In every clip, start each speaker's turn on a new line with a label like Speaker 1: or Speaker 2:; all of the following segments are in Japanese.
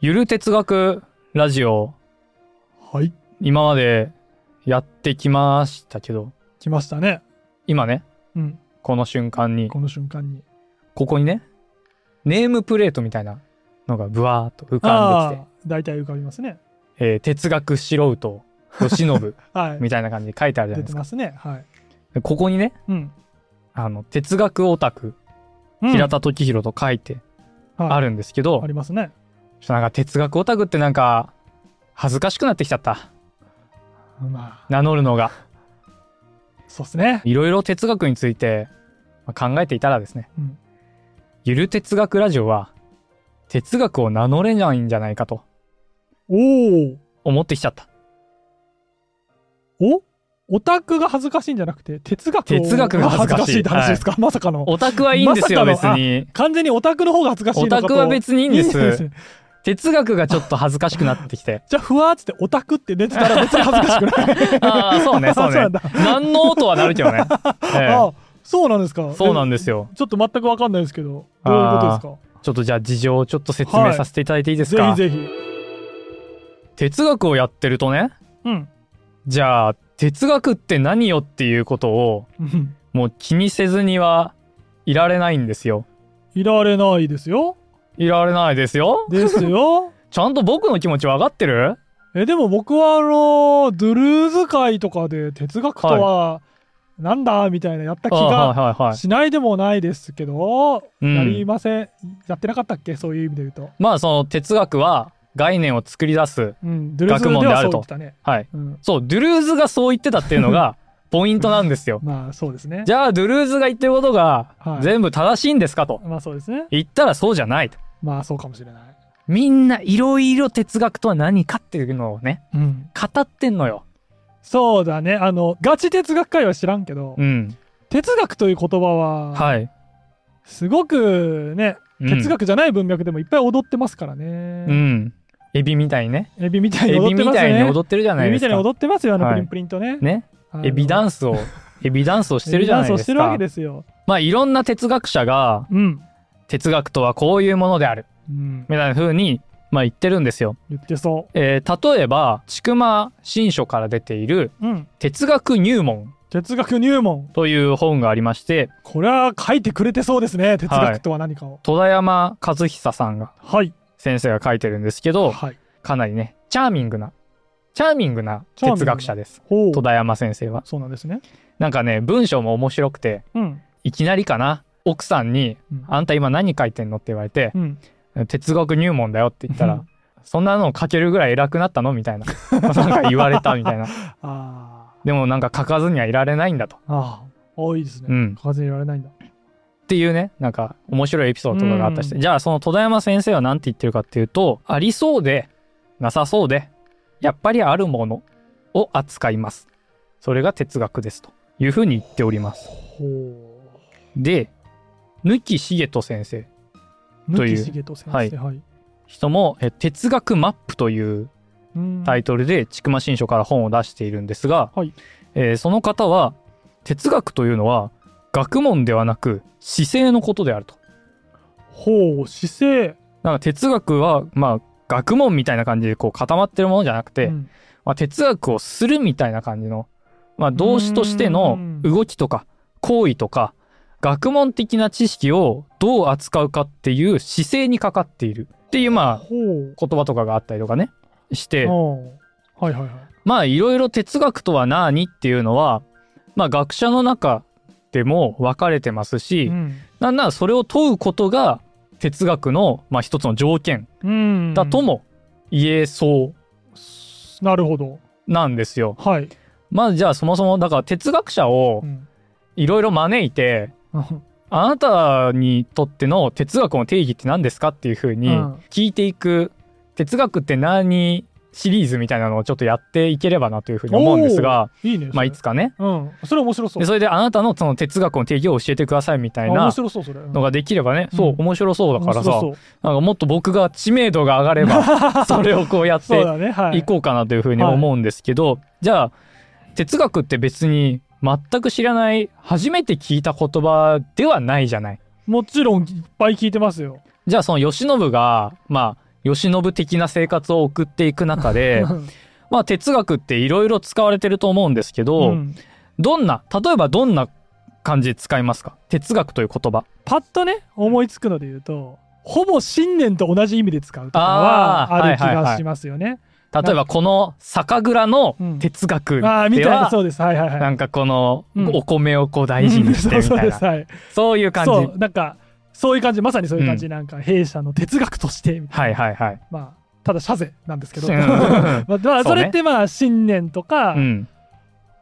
Speaker 1: ゆる哲学ラジオ、
Speaker 2: はい。
Speaker 1: 今までやってきましたけど、
Speaker 2: 来ましたね。
Speaker 1: 今ね、
Speaker 2: うん。
Speaker 1: この瞬間に、
Speaker 2: この瞬間に。
Speaker 1: ここにね、ネームプレートみたいなのがブワーっと浮かんできて、
Speaker 2: あー大体浮かびますね。
Speaker 1: えー哲学素人、慶信
Speaker 2: はい。
Speaker 1: みたいな感じで書いてあるじゃないで
Speaker 2: 出て
Speaker 1: すか。
Speaker 2: ますね。はい。
Speaker 1: でここにね、
Speaker 2: うん。
Speaker 1: あの、哲学オタク、平田時弘と書いて
Speaker 2: はい
Speaker 1: あるんですけど、
Speaker 2: ありますね。
Speaker 1: ちょっとなんか哲学オタクってなんか、恥ずかしくなってきちゃった。
Speaker 2: ま
Speaker 1: 名乗るのが。
Speaker 2: あ、そうですね。
Speaker 1: いろいろ哲学についてまあ考えていたらですね、
Speaker 2: うん
Speaker 1: ゆる哲学ラジオは哲学を名乗れないんじゃないかと
Speaker 2: おー
Speaker 1: 思ってきちゃった。
Speaker 2: おオタクが恥ずかしいんじゃなくて、哲学を
Speaker 1: 哲学が恥ずかしい
Speaker 2: 恥ずって話ですか、まさかの。
Speaker 1: オタクはいいんですよ、
Speaker 2: ま
Speaker 1: 別
Speaker 2: さかの
Speaker 1: に。
Speaker 2: 完全にオタクの方が恥ずかしい
Speaker 1: オ
Speaker 2: のか
Speaker 1: タ
Speaker 2: と
Speaker 1: クは別にいいんで
Speaker 2: いいです
Speaker 1: す。
Speaker 2: ね。
Speaker 1: 哲学がちょっと恥ずかしくなってきて
Speaker 2: じゃあ、ふわーっつってオタクって出てたら別に恥ずかしくない。
Speaker 1: ああ、そうね、そう
Speaker 2: あ そう
Speaker 1: ね
Speaker 2: なんだ。
Speaker 1: 何の音はなるけど ね。 ええ
Speaker 2: あそうなんですか。。
Speaker 1: そうなんですすよ。
Speaker 2: ちょっと全くわかんないですけど、どういうことですか
Speaker 1: ちょっとじゃあ事情をちょっと説明させていただいていいですか、
Speaker 2: ぜひぜひ。
Speaker 1: 哲学をやってるとね、
Speaker 2: うん。
Speaker 1: じゃあ哲学って何よっていうことを
Speaker 2: うん
Speaker 1: もう気にせずにはいられないんですよ。
Speaker 2: いられないですよ。
Speaker 1: いられないですよ。
Speaker 2: ですよ。
Speaker 1: ちゃんと僕の気持ち分かってる
Speaker 2: え、でも僕はあの、ドゥルーズ会とかで哲学とは、なんだみたいなやった気
Speaker 1: ああ
Speaker 2: が
Speaker 1: はいはいはい。
Speaker 2: しないでもないですけど、
Speaker 1: うん
Speaker 2: やりません。やってなかったっけそういう意味で言うと。
Speaker 1: まあその哲学は概念を作り出す。
Speaker 2: うん、ドゥルーズで
Speaker 1: 学問であ
Speaker 2: はそ
Speaker 1: る
Speaker 2: う
Speaker 1: と
Speaker 2: 言ってたね。
Speaker 1: はい。
Speaker 2: うん。
Speaker 1: そう、ドゥルーズがそう言ってたっていうの がポイントなんですよ。
Speaker 2: まあそうですね。
Speaker 1: じゃあドゥルーズが言ってることが
Speaker 2: はい
Speaker 1: 全部正しいんですかと。
Speaker 2: まあそうですね。
Speaker 1: 言ったらそうじゃないと。
Speaker 2: まあそうかもしれない。
Speaker 1: みんないろいろ哲学とは何かっていうのをね、
Speaker 2: うん。
Speaker 1: 語ってんのよ。
Speaker 2: そうだね。あの、ガチ哲学会は知らんけど、
Speaker 1: うん。
Speaker 2: 哲学という言葉は、
Speaker 1: はい。
Speaker 2: すごくね、
Speaker 1: うん
Speaker 2: 哲学じゃない文脈でもいっぱい踊ってますから
Speaker 1: う
Speaker 2: ね。
Speaker 1: ん。エビみたいにね。
Speaker 2: エビみたいに
Speaker 1: エ
Speaker 2: 踊
Speaker 1: ビ
Speaker 2: って
Speaker 1: み
Speaker 2: ます
Speaker 1: たいに
Speaker 2: ね。
Speaker 1: 踊ってるじゃな
Speaker 2: エ
Speaker 1: い
Speaker 2: ビ
Speaker 1: です
Speaker 2: みたいに
Speaker 1: か。
Speaker 2: 踊ってますよ、あの
Speaker 1: はい
Speaker 2: プリンプリンとね。
Speaker 1: ね。エビダ
Speaker 2: ン
Speaker 1: ンスを、エビダンスをしてるじゃないで
Speaker 2: エビダンスをして
Speaker 1: す
Speaker 2: るわけ
Speaker 1: か。
Speaker 2: ですよ。
Speaker 1: まあいろんな哲学者が、
Speaker 2: うん。
Speaker 1: 哲学とはこういうものである、
Speaker 2: うん、
Speaker 1: みたいな風に、まあ言ってるんですよ。
Speaker 2: 言ってそ
Speaker 1: えー例えば、筑馬新書から出ている、
Speaker 2: う。うん。
Speaker 1: 哲学入門
Speaker 2: 哲学入門。
Speaker 1: という本がありまして、
Speaker 2: これは書いてくれてそうですね、哲
Speaker 1: はい
Speaker 2: 学とは何かを。
Speaker 1: 戸田山和久さんが、
Speaker 2: はい。
Speaker 1: 先生が書いてるんですけど、
Speaker 2: はい。
Speaker 1: かなりね、チャーミングな、チャーミングな哲学者です。
Speaker 2: ほう
Speaker 1: 戸。田山先生は。
Speaker 2: そうなんですね。
Speaker 1: なんかね、文章も面白くて、
Speaker 2: うん。
Speaker 1: いきなりかな、奥さんに、
Speaker 2: うん
Speaker 1: あんた今何書いてんのって言われて、
Speaker 2: うん。
Speaker 1: 哲学入門だよって言った
Speaker 2: う
Speaker 1: ら
Speaker 2: ん、
Speaker 1: そんなの書けるぐらい偉くなったのみたいな。 なんか言われたみ たいな。
Speaker 2: あ
Speaker 1: でもなんか書かずにはいられないんだと。
Speaker 2: あ。ああ。ああ、いいです
Speaker 1: う
Speaker 2: ね。
Speaker 1: ん。
Speaker 2: 書かずにいられないんだ。
Speaker 1: っていうね、なんか面白いエピソードとかがあったりして。
Speaker 2: う
Speaker 1: じゃあその戸田山先生は何て言ってるかっていうと、ありそうで、なさそうで、やっぱりあるものを扱います。それが哲学ですというふうに言っております。
Speaker 2: ほ
Speaker 1: で、貫重人先生。
Speaker 2: う。
Speaker 1: と
Speaker 2: 抜
Speaker 1: い
Speaker 2: き
Speaker 1: う
Speaker 2: しげと先
Speaker 1: はい
Speaker 2: 生。はい。
Speaker 1: 人もえ哲学マップという
Speaker 2: うん
Speaker 1: タイトルで筑馬新書から本を出しているんですが、
Speaker 2: はい
Speaker 1: えーその方は哲学というのは学問ではなく姿勢のことであると。
Speaker 2: ほう。姿勢。
Speaker 1: なんか哲学はまあ学問みたいな感じでこう固まってるものじゃなくて、
Speaker 2: うん
Speaker 1: まあ、哲学をするみたいな感じの、まあ、動詞としての
Speaker 2: うん
Speaker 1: 動きとか行為とか学問的な知識をどう扱うかっていう姿勢にかかっているっていうまあ
Speaker 2: ほう。
Speaker 1: 言葉とかがあったりとかねして、
Speaker 2: ああはいはいはい。
Speaker 1: まあいろいろ哲学とは何っていうのは、まあ、学者の中でも分かれてますし、
Speaker 2: うん
Speaker 1: なんならそれを問うことが哲学の、まあ、一つの条件
Speaker 2: うん
Speaker 1: だとも言えそう
Speaker 2: なるほど。
Speaker 1: なんですよ。
Speaker 2: はい。
Speaker 1: まあじゃあそもそもだから哲学者を
Speaker 2: うん
Speaker 1: いろいろ招いて、
Speaker 2: うん
Speaker 1: あなたにとっての哲学の定義って何ですかっていうふうに
Speaker 2: うん
Speaker 1: 聞いていく哲学って何シリーズみたいなのをちょっとやっていければなというふうに思うんですが、
Speaker 2: いいね。
Speaker 1: まあ
Speaker 2: それ
Speaker 1: いつかね
Speaker 2: うん。それ面白そう。
Speaker 1: でそれであなたのその哲学の定義を教えてくださいみたい
Speaker 2: あ面
Speaker 1: な
Speaker 2: 白そう、それ。うん
Speaker 1: のができればね、そう
Speaker 2: うん
Speaker 1: 面白そうだからさ、
Speaker 2: 面白
Speaker 1: なんかもっと僕が知名度が上がれ ば
Speaker 2: そ
Speaker 1: そ
Speaker 2: う
Speaker 1: れをこうやっ
Speaker 2: そう
Speaker 1: て
Speaker 2: だね。はい。
Speaker 1: いこうかなというふうに思うんですけど、じゃあ哲学って別に全く知らない初めて聞いた言葉ではないじゃない。
Speaker 2: もちろん、いっぱい聞いてますよ。
Speaker 1: じゃあその慶喜がまあ慶喜的な生活を送っていく中 でまあ哲学っていろいろ使われてると思うんですけど、
Speaker 2: うん
Speaker 1: どんな例えばどんな感じで使いますか哲学という言葉
Speaker 2: パッとね思いつくので言うとほぼ信念と同じ意味で使うとか
Speaker 1: あー
Speaker 2: はある気
Speaker 1: はいはいは
Speaker 2: が
Speaker 1: い
Speaker 2: しますよね。
Speaker 1: 例えばこの酒蔵の哲学で
Speaker 2: ああみたいな
Speaker 1: は
Speaker 2: そうですはいはいはい。
Speaker 1: なんかこの
Speaker 2: うん
Speaker 1: お米をこう大事にしてみたい
Speaker 2: うんそうそうです
Speaker 1: な
Speaker 2: はい
Speaker 1: そういう感じ
Speaker 2: そうなんかそういう感じまさにそういう感じ、
Speaker 1: う
Speaker 2: なんか弊社の哲学としてみたいな
Speaker 1: はいはいはい
Speaker 2: まあただ謝罪なんですけど、
Speaker 1: うん
Speaker 2: まあ、まあ
Speaker 1: そう
Speaker 2: そ
Speaker 1: ね
Speaker 2: れってまあ信念とか、
Speaker 1: うん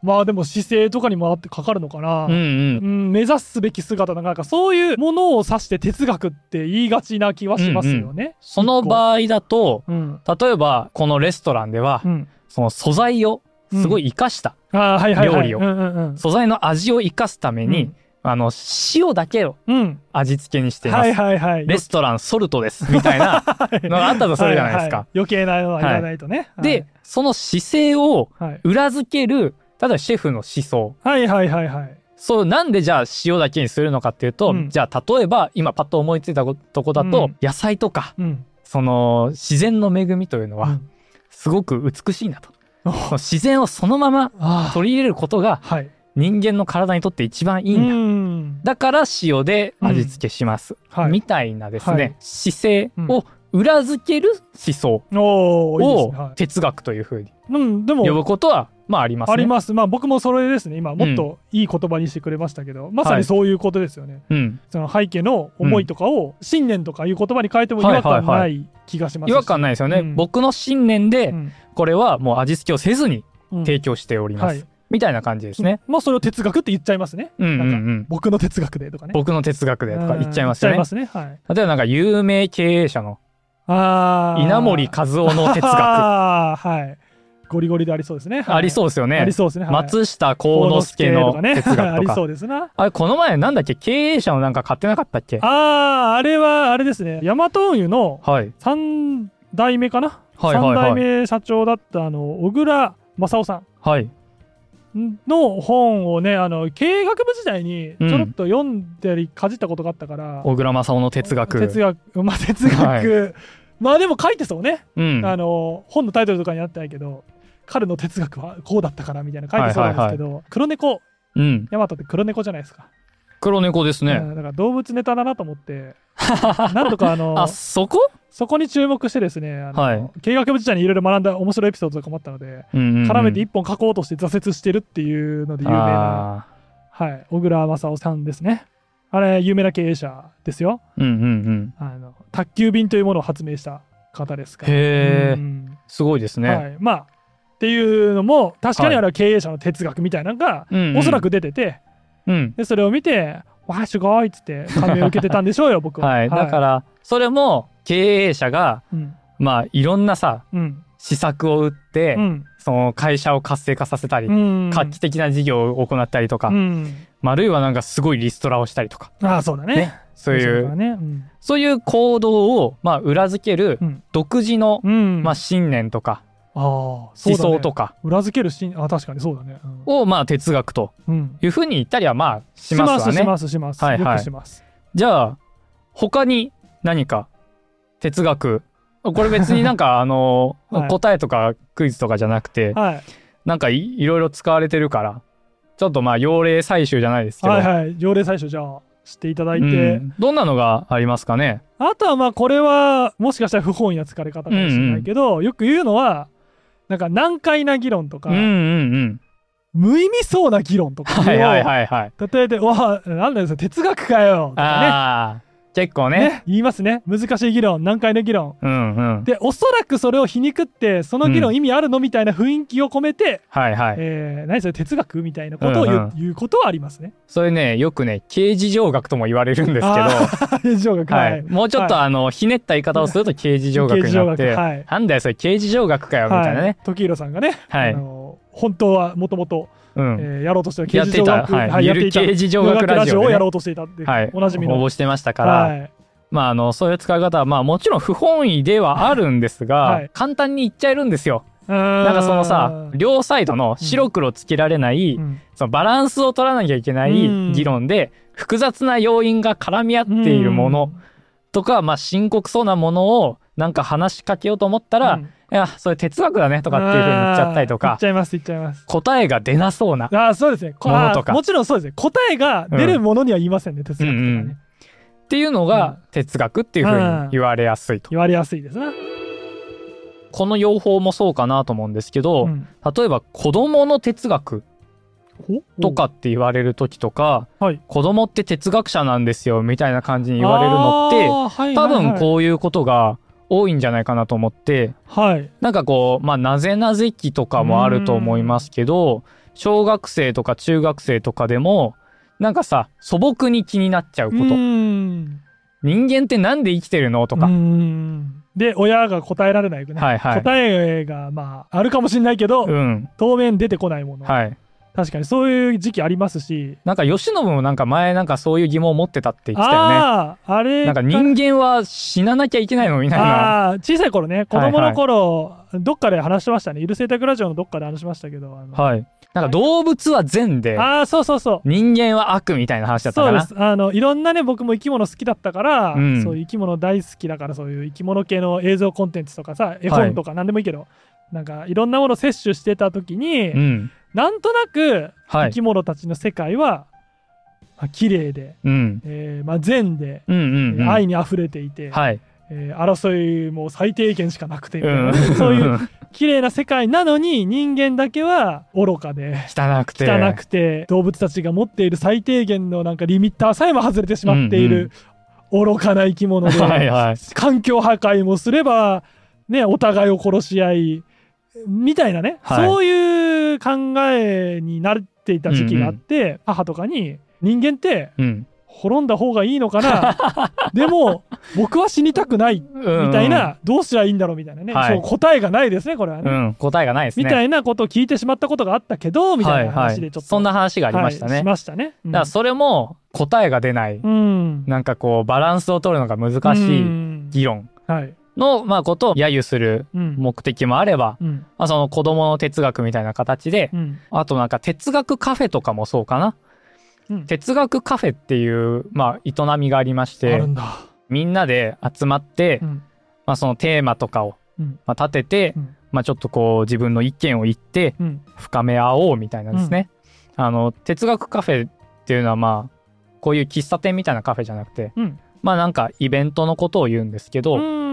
Speaker 2: まあでも姿勢とかにもあってかかるのかな、
Speaker 1: うんうん
Speaker 2: うん目指すべき姿なんかそういうものを指して哲学って言いがちな気はしますよね。
Speaker 1: その場合だと
Speaker 2: うん
Speaker 1: 例えばこのレストランでは
Speaker 2: うん、
Speaker 1: その素材をすごい生かした
Speaker 2: あーはいはいはい、
Speaker 1: 料理を
Speaker 2: うんうんうん
Speaker 1: 素材の味を生かすためにあの塩だけを
Speaker 2: うん、
Speaker 1: 味付けにしていま
Speaker 2: はい
Speaker 1: す
Speaker 2: はいはい
Speaker 1: レストランソルトですみたい なのがあったとするじゃないです
Speaker 2: は
Speaker 1: か
Speaker 2: は余計なのはいらないとね、
Speaker 1: でその姿勢を
Speaker 2: はい、
Speaker 1: 裏付ける例えばシェフの思想
Speaker 2: はいはいはいはい
Speaker 1: そうなんでじゃあ塩だけにするのかっていうと、
Speaker 2: うん
Speaker 1: じゃあ例えば今パッと思いついたことこだと、
Speaker 2: うん
Speaker 1: 野菜とか
Speaker 2: うん
Speaker 1: その自然の恵みというの
Speaker 2: う
Speaker 1: は
Speaker 2: ん
Speaker 1: すごく美しいなと、
Speaker 2: お
Speaker 1: その自然をそのまま
Speaker 2: あー
Speaker 1: 取り入れることが
Speaker 2: はい
Speaker 1: 人間の体にとって一番い
Speaker 2: い
Speaker 1: いんだ、
Speaker 2: ん
Speaker 1: だから塩で味付けします、
Speaker 2: はい
Speaker 1: みたいなですね、
Speaker 2: はい
Speaker 1: 姿勢を裏付ける思想
Speaker 2: おおいいです
Speaker 1: を
Speaker 2: ね、は
Speaker 1: 哲学というふうに
Speaker 2: い、うんでも
Speaker 1: 呼ぶことはまあありますね。
Speaker 2: ありますまあ僕もそれですね今もっといい言葉にしてくれましたけど、まさ
Speaker 1: はい
Speaker 2: にそういうことですよね、
Speaker 1: うん、
Speaker 2: その背景の思いとかを信念とかいう言葉に変えても違和感
Speaker 1: はいはいは
Speaker 2: ない気がしますし
Speaker 1: 違和感ないですよね、
Speaker 2: うん
Speaker 1: 僕の信念で
Speaker 2: うん
Speaker 1: これはもう味付けをせずに
Speaker 2: うん
Speaker 1: 提供しております、
Speaker 2: はい
Speaker 1: みたいな感じですね。
Speaker 2: まあそれを哲学って言っちゃいますね、
Speaker 1: うんうんうん
Speaker 2: なんか僕の哲学でとかね
Speaker 1: 僕の哲学でとか言っちゃいます
Speaker 2: う
Speaker 1: よね
Speaker 2: ん言っ。ちゃいますねはい
Speaker 1: 例えばなんか有名経営者の
Speaker 2: あー
Speaker 1: 稲森和夫の哲学
Speaker 2: あー はいゴリゴリでありそうですね、はい
Speaker 1: ありそうですよ
Speaker 2: あ
Speaker 1: ね
Speaker 2: り。そうですね、はい
Speaker 1: 松下幸之助の
Speaker 2: 幸之助
Speaker 1: 哲学
Speaker 2: とかねあ
Speaker 1: と
Speaker 2: り
Speaker 1: か
Speaker 2: そ。うですな
Speaker 1: あれこの前なんだっけ経営者のなんか買ってなかったっけ
Speaker 2: あああれはあれですねヤマト運輸の
Speaker 1: はい。
Speaker 2: 3代目かな、
Speaker 1: は
Speaker 2: 三
Speaker 1: いはいはい
Speaker 2: 3代目社長だったあの小倉正夫さ
Speaker 1: はい。
Speaker 2: んの本をねあの経営学部時代にちょろっと読んだりかじったことがあったから、
Speaker 1: 小倉正夫の哲学。
Speaker 2: 哲学まあ哲学、
Speaker 1: は
Speaker 2: まあでも書いてそうね、
Speaker 1: うん。
Speaker 2: あの本のタイトルとかにあったんやけど彼の哲学はこうだったからみたいな書いてそうなんですけど、黒猫
Speaker 1: うん。
Speaker 2: ヤマトって黒猫じゃないですか、
Speaker 1: 黒猫です
Speaker 2: う
Speaker 1: ね。
Speaker 2: んだから動物ネタだなと思ってなんとかあの
Speaker 1: あ、そこ
Speaker 2: そこに注目してですねあの、
Speaker 1: はい
Speaker 2: 経営学部時代にいろいろ学んだ面白いエピソードとかもあったので、絡
Speaker 1: 絡
Speaker 2: めて一本書こうとして挫折してるっていうので有名な、
Speaker 1: あ
Speaker 2: はい、小倉正夫さんですねあれ有名な経営者ですよ
Speaker 1: ーうんうんうん。
Speaker 2: あの宅急便というものを発明した方ですから
Speaker 1: へ
Speaker 2: う
Speaker 1: え、
Speaker 2: ん
Speaker 1: すごいですね。
Speaker 2: はい、まあっていうのも確かにあれは経営者の哲学みたいなのが、
Speaker 1: うんうん
Speaker 2: おそらく出てて
Speaker 1: うん。
Speaker 2: でそれを見て「わあすごい」っつって感銘を受けてたんでしょうよ僕は。、
Speaker 1: はい、だかららそれも経営者が
Speaker 2: うん
Speaker 1: まあいろんなさ
Speaker 2: うん
Speaker 1: 施策を打って、
Speaker 2: うん
Speaker 1: その会社を活性化させたり、
Speaker 2: うん、
Speaker 1: 画期的な事業を行ったりとか、
Speaker 2: うん、
Speaker 1: まああるいはなんかすごいリストラをしたりとか
Speaker 2: ああそうだね
Speaker 1: ねそうい
Speaker 2: だ
Speaker 1: う
Speaker 2: からね、うん
Speaker 1: そういう行動をまあ裏付ける
Speaker 2: うん
Speaker 1: 独自の、
Speaker 2: うん
Speaker 1: まあ、信念とか
Speaker 2: あ思
Speaker 1: 思想とか
Speaker 2: 裏付けるシーンあ確かにそうだね、うん
Speaker 1: をまあ哲学と
Speaker 2: うん
Speaker 1: いうふうに言ったりはまあしますわ
Speaker 2: し
Speaker 1: ね。
Speaker 2: ますしますします、
Speaker 1: はいはい
Speaker 2: よくします
Speaker 1: じゃあ他に何か哲学これ別になん かあの、
Speaker 2: はい
Speaker 1: 答えとかクイズとかじゃなくて、
Speaker 2: はい
Speaker 1: なんかいいろいろ使われてるからちょっとまあ用例採集じゃないですけど、
Speaker 2: はいはい条例最初じゃあしていただいて、
Speaker 1: うんどんなのがありますかね
Speaker 2: あとはまあこれはもしかしたら不本意な疲れ方かもしれないけど、よく言うのはなんか難解な議論とか、
Speaker 1: うんうんうん
Speaker 2: 無意味そうな議論とかを
Speaker 1: はいはいはいはい、
Speaker 2: 例えて「わあなんだよそれ哲学かよ」とか
Speaker 1: ああ結構ね
Speaker 2: ねね言いますね難しい議論難解な議論
Speaker 1: うんうん
Speaker 2: でおそらくそれを皮肉ってその
Speaker 1: う
Speaker 2: 議論
Speaker 1: ん
Speaker 2: 意味あるのみたいな雰囲気を込めて、
Speaker 1: はいはい、
Speaker 2: えー何それ哲学みたいなことを言う,、
Speaker 1: うんうん
Speaker 2: 言うことはありますね。
Speaker 1: それねよくね刑事上学とも言われるんですけど、
Speaker 2: あー以上が
Speaker 1: は
Speaker 2: はいい、
Speaker 1: もうちょっと、あのひねった言い方をすると刑事上学になって、
Speaker 2: 刑事上学はい
Speaker 1: なんだよそれ刑事上学かよみたいな
Speaker 2: はい
Speaker 1: ね、
Speaker 2: 時宏さんがね、
Speaker 1: はい
Speaker 2: あの本当はもともと
Speaker 1: うん、
Speaker 2: えーやろうとしてた
Speaker 1: やってたはいゆる刑事上学ラジオでね
Speaker 2: をやろうとしていたって、
Speaker 1: はい
Speaker 2: おなじみの
Speaker 1: 応募してましたから、
Speaker 2: はい
Speaker 1: まああのそういう使い方はまあもちろん不本意ではあるんですが、
Speaker 2: はい
Speaker 1: 簡単に言っちゃえるんですよ
Speaker 2: な
Speaker 1: なんかそのさ両サイドの白黒つけられない、
Speaker 2: うん
Speaker 1: そのバランスを取らなきゃいけない
Speaker 2: うん
Speaker 1: 議論で、複雑な要因が絡み合っているものとか、まあ、深刻そうなものをなんか話しかけようと思ったら、
Speaker 2: うん
Speaker 1: いやそれ哲学だねとかっていうふうに言っちゃったりと
Speaker 2: 言
Speaker 1: か
Speaker 2: っちゃいます言っちゃいます
Speaker 1: 答えが出なそうな
Speaker 2: ああそうですねこ
Speaker 1: もの
Speaker 2: あ
Speaker 1: とか
Speaker 2: もちろんそうですね答えが出るものには言いませんね、哲学とかね、
Speaker 1: うんうんっていうのが哲学っていうふうに言われやすいと、
Speaker 2: 言われやすいですな、
Speaker 1: この用法もそうかなと思うんですけど、
Speaker 2: うん
Speaker 1: 例えば子供の哲学
Speaker 2: ほ
Speaker 1: とかって言われる時とか、
Speaker 2: おはい
Speaker 1: 子供って哲学者なんですよみたいな感じに言われるのって、
Speaker 2: あーはい
Speaker 1: 多分
Speaker 2: う
Speaker 1: こういうことが多いんじゃないかなと思って
Speaker 2: はい
Speaker 1: なんかこうまあなぜなぜ期とかもあると思いますけど小学生とか中学生とかでもなんかさ素朴に気になっちゃうこ
Speaker 2: う
Speaker 1: と
Speaker 2: ん
Speaker 1: 人間ってなんで生きてるのとか、
Speaker 2: うんで親が答えられないよね、
Speaker 1: はいはい
Speaker 2: 答えがまああるかもしれないけど、
Speaker 1: うん
Speaker 2: 当面出てこないもの、
Speaker 1: はい
Speaker 2: 確かにそういう時期ありますし
Speaker 1: なんか吉野もなんか前なんかそういう疑問を持ってたって言ってたよね
Speaker 2: あああれ
Speaker 1: なんか人間は死ななきゃいけないのみたいな
Speaker 2: ああー小さい頃ね子供の頃、どっかで話してましたね「ゆる生態クラジオ」のどっかで話しましたけどあの
Speaker 1: はいなんか動物は善で
Speaker 2: あーそうそうそう
Speaker 1: 人間は悪みたいな話だった
Speaker 2: そ
Speaker 1: か
Speaker 2: うで
Speaker 1: な
Speaker 2: すあのいろんなね僕も生き物好きだったから、
Speaker 1: うん
Speaker 2: そういう生き物大好きだからそういう生き物系の映像コンテンツとかさ絵本とか何でもいいけど、なんかいろんなものを摂取してた時に、
Speaker 1: うん
Speaker 2: なんとなく
Speaker 1: は
Speaker 2: 生
Speaker 1: い
Speaker 2: き物たちの世界は、まあ綺麗で、
Speaker 1: うん
Speaker 2: えーまあ、善で、
Speaker 1: うんうん、うん、
Speaker 2: 愛に溢れていて、
Speaker 1: はい
Speaker 2: えー争いも最低限しかなくてみたいな、
Speaker 1: うん、
Speaker 2: そういう綺麗な世界なのに人間だけは愚かで。
Speaker 1: 汚くて
Speaker 2: 汚くて動物たちが持っている最低限のなんかリミッターさえも外れてしまっている愚かな生き物 で、
Speaker 1: はいはい
Speaker 2: 環境破壊もすれば、ね、お互いを殺し合いみたいなね、
Speaker 1: はい
Speaker 2: そういう考えになっていた時期があって、母とかに人間って
Speaker 1: うん
Speaker 2: 滅んだ方がいいのかな でも僕は死にたくないみ
Speaker 1: み
Speaker 2: たいな、どうしたらいいんだろうみたいなね、
Speaker 1: はい
Speaker 2: そう答えがないですねこれはね、
Speaker 1: うん、答えがないですね
Speaker 2: みたいなことを聞いてしまったことがあったけどみたいな話でちょっと、
Speaker 1: そんな話がありましたね、
Speaker 2: はいし
Speaker 1: だか
Speaker 2: ましたね。うん
Speaker 1: らそれも答えが出ない、
Speaker 2: うん。
Speaker 1: なんかこうバランスを取るのが難しい議論
Speaker 2: い。はい。
Speaker 1: の、まあ、ことを揶揄する
Speaker 2: うん。
Speaker 1: 目的もあれば、
Speaker 2: うん。
Speaker 1: まあ、その子供の哲学みたいな形で、
Speaker 2: うん。
Speaker 1: あとなんか哲学カフェとかもそうかな
Speaker 2: うん。
Speaker 1: 哲学カフェっていう、まあ、営みがありまし
Speaker 2: あ
Speaker 1: て
Speaker 2: るんだ。
Speaker 1: みんなで集まって、
Speaker 2: うん。
Speaker 1: まあ、そのテーマとかを、
Speaker 2: うん
Speaker 1: まあ、立てて、
Speaker 2: うん
Speaker 1: まあ、ちょっとこう自分の意見を言って
Speaker 2: うん。
Speaker 1: 深め合おうみたいなんですね。あの哲学カフェっていうのはまあこういう喫茶店みたいなカフェじゃなくて
Speaker 2: うん。
Speaker 1: まあなんかイベントのことを言うんですけど、
Speaker 2: うん。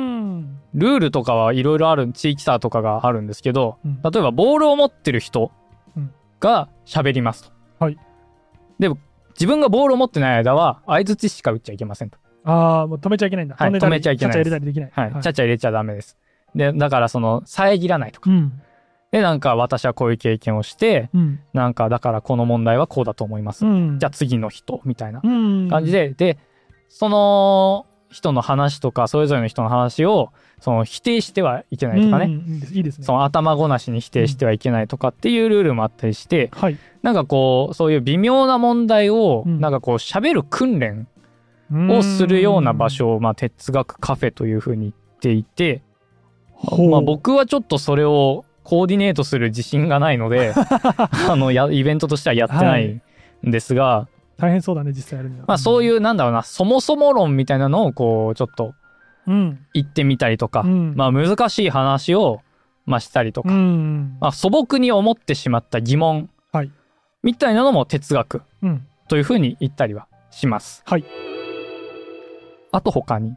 Speaker 1: ルールとかはいろいろある地域差とかがあるんですけど
Speaker 2: うん
Speaker 1: 例えばボールを持ってる人
Speaker 2: うん
Speaker 1: が喋りますと。
Speaker 2: はい
Speaker 1: で自分がボールを持ってない間は相槌しか打っちゃいけませんと。
Speaker 2: ああ、もう止めちゃいけないんだ。
Speaker 1: はい
Speaker 2: 飛んでたり
Speaker 1: 止めちゃいけない
Speaker 2: ちゃ入れたりできない。
Speaker 1: はい、ちゃちゃ入れちゃダメです。でだからその遮らないとか。
Speaker 2: うん。
Speaker 1: でなんか私はこういう経験をして
Speaker 2: うん。
Speaker 1: なんかだからこの問題はこうだと思います。
Speaker 2: うん。
Speaker 1: じゃあ次の人みたいな
Speaker 2: うん。
Speaker 1: 感じで、でその人の話とかそれぞれの人の話をその否定してはいけないとか
Speaker 2: う
Speaker 1: ね、
Speaker 2: んうんいいですね。
Speaker 1: その頭ごなしに否定してはいけないとかっていうルールもあったりして、
Speaker 2: はい。
Speaker 1: なんかこうそういう微妙な問題を、
Speaker 2: うん
Speaker 1: なんかこう喋る訓練
Speaker 2: を
Speaker 1: をするような場。所を、まあ、哲学カフェというふうに言っていて、
Speaker 2: ほう
Speaker 1: まあ、僕はちょっとそれをコーディネートする自信がないの であのやイベントとしてはやってないんですが。
Speaker 2: 大変そうだね、実際やるには。。
Speaker 1: まあそういううなんだろうなそもそも論みたいなのをこうちょっと
Speaker 2: うん。
Speaker 1: 言ってみたりとか、
Speaker 2: うん
Speaker 1: まあ難しい話をまあしたりとか、
Speaker 2: うん。
Speaker 1: まあ、素朴に思ってしまった疑問
Speaker 2: はい
Speaker 1: みたいなのも哲学
Speaker 2: うん。
Speaker 1: というふうに言ったりはします。
Speaker 2: はい。
Speaker 1: あと他に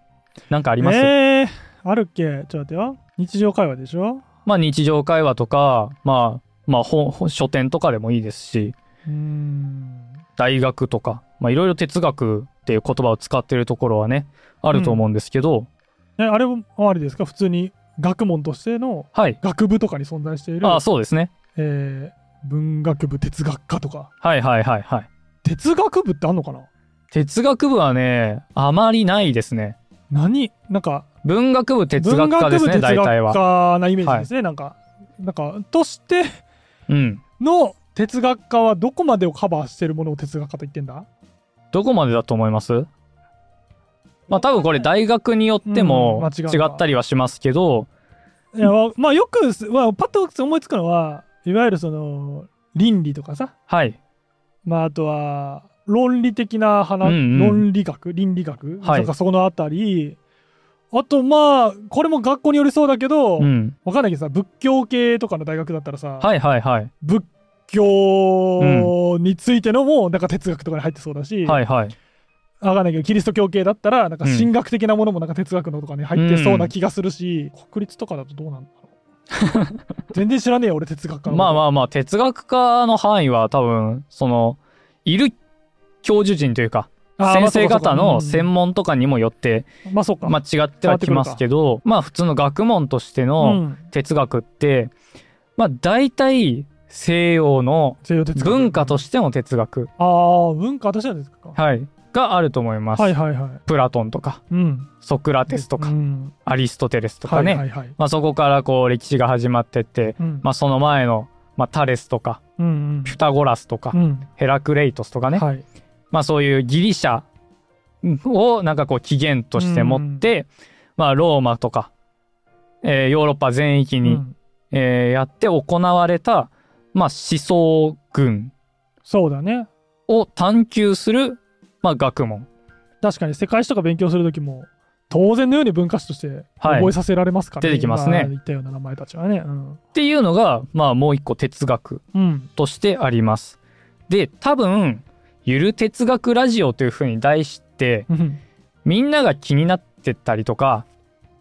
Speaker 1: 何かあ
Speaker 2: あ
Speaker 1: ります、
Speaker 2: えーあるっけちょっと待ってよ。日常会話でしょ
Speaker 1: まあ日常会話とか、まあ、まあ本本書店とかでもいいですし
Speaker 2: うん。
Speaker 1: 大学とか、まあ、いろいろ哲学っていう言葉を使ってるところはねあると思うんですけど、
Speaker 2: えあれもあれですか普通に学問としての
Speaker 1: はい
Speaker 2: 学部とかに存在している、
Speaker 1: ああそうですね
Speaker 2: えー文学部哲学科とか
Speaker 1: はいはいはいはい。
Speaker 2: 哲学部ってあんのかな
Speaker 1: 哲学部はねあまりないですね
Speaker 2: 何なんか
Speaker 1: 文学部哲
Speaker 2: 文
Speaker 1: 学科
Speaker 2: 学
Speaker 1: で
Speaker 2: 部
Speaker 1: すね
Speaker 2: 哲
Speaker 1: 大
Speaker 2: 学
Speaker 1: 体は
Speaker 2: 科なイメージですね、なんかなんかとして
Speaker 1: うん
Speaker 2: の哲学科はどこまでをカバーしてるものを哲学科と言ってんだ
Speaker 1: どこまでだと思いますまあ多分これ大学によって
Speaker 2: うん
Speaker 1: も
Speaker 2: 間違
Speaker 1: 違
Speaker 2: うか
Speaker 1: ったりはしますけど、
Speaker 2: いやまあまあよくす、まあ、パッと思いつくのはいわゆるその倫理とかさ
Speaker 1: はい
Speaker 2: まああとは論理的な話、
Speaker 1: うんうん
Speaker 2: 論理学倫理学、
Speaker 1: はい
Speaker 2: とかそのあたりああとまあこれも学校によりそうだけど、
Speaker 1: うん。
Speaker 2: わかんないけどさ仏教系とかの大学だったらさ、
Speaker 1: はいはいはい。
Speaker 2: 仏教についてのもうなんか哲学とかに入ってそうだし、
Speaker 1: はいはい。
Speaker 2: わかんないけどキリスト教系だったらなんか
Speaker 1: うん
Speaker 2: 神学的なものもなんか哲学のとかに入ってそうな気がするし、国立とかだとどうなんだろう 全然知らねえよ俺哲学家の
Speaker 1: まあまあまあ、哲学家の範囲は多分、その、いる教授陣というか、
Speaker 2: あーま
Speaker 1: 先
Speaker 2: あ
Speaker 1: 生方の
Speaker 2: そうかそうかうん
Speaker 1: 専門とかにもよって、
Speaker 2: まあそうか
Speaker 1: まあ違ってはきますけど、まあ普通の学問として
Speaker 2: う
Speaker 1: の
Speaker 2: ん
Speaker 1: 哲学って、まあ大体西洋の
Speaker 2: 西洋哲学
Speaker 1: 文化としての哲学、
Speaker 2: ああ文化私なんですか
Speaker 1: はい、があると思います。
Speaker 2: はいはいはい
Speaker 1: プラトンとか、
Speaker 2: うん
Speaker 1: ソクラテスとか、
Speaker 2: うん
Speaker 1: アリストテレスとかね、
Speaker 2: はいはいはい
Speaker 1: まあそこからこう歴史が始まってって、
Speaker 2: うん
Speaker 1: まあその前の、まあ、タレスとか、
Speaker 2: うんうん
Speaker 1: ピュタゴラスとか、
Speaker 2: うん
Speaker 1: ヘラクレイトスとかね、
Speaker 2: はい
Speaker 1: まあそういうギリシャをなんかこう起源として持って、まあローマとか、えーヨーロッパ全域に、
Speaker 2: うん
Speaker 1: えーやって行われた、まあ、思想群
Speaker 2: そうだね
Speaker 1: を探求する、まあ、学問
Speaker 2: 確かに世界史とか勉強する時も当然のように文化史として
Speaker 1: はい
Speaker 2: 覚えさせられますから、
Speaker 1: 出てきますね
Speaker 2: 今言ったような名前たちはねうん、
Speaker 1: っていうのが、まあ、もう一個哲学
Speaker 2: うん、
Speaker 1: としてあります。で多分「ゆる哲学ラジオ」というふうに題して
Speaker 2: うん
Speaker 1: みんなが気になってたりとか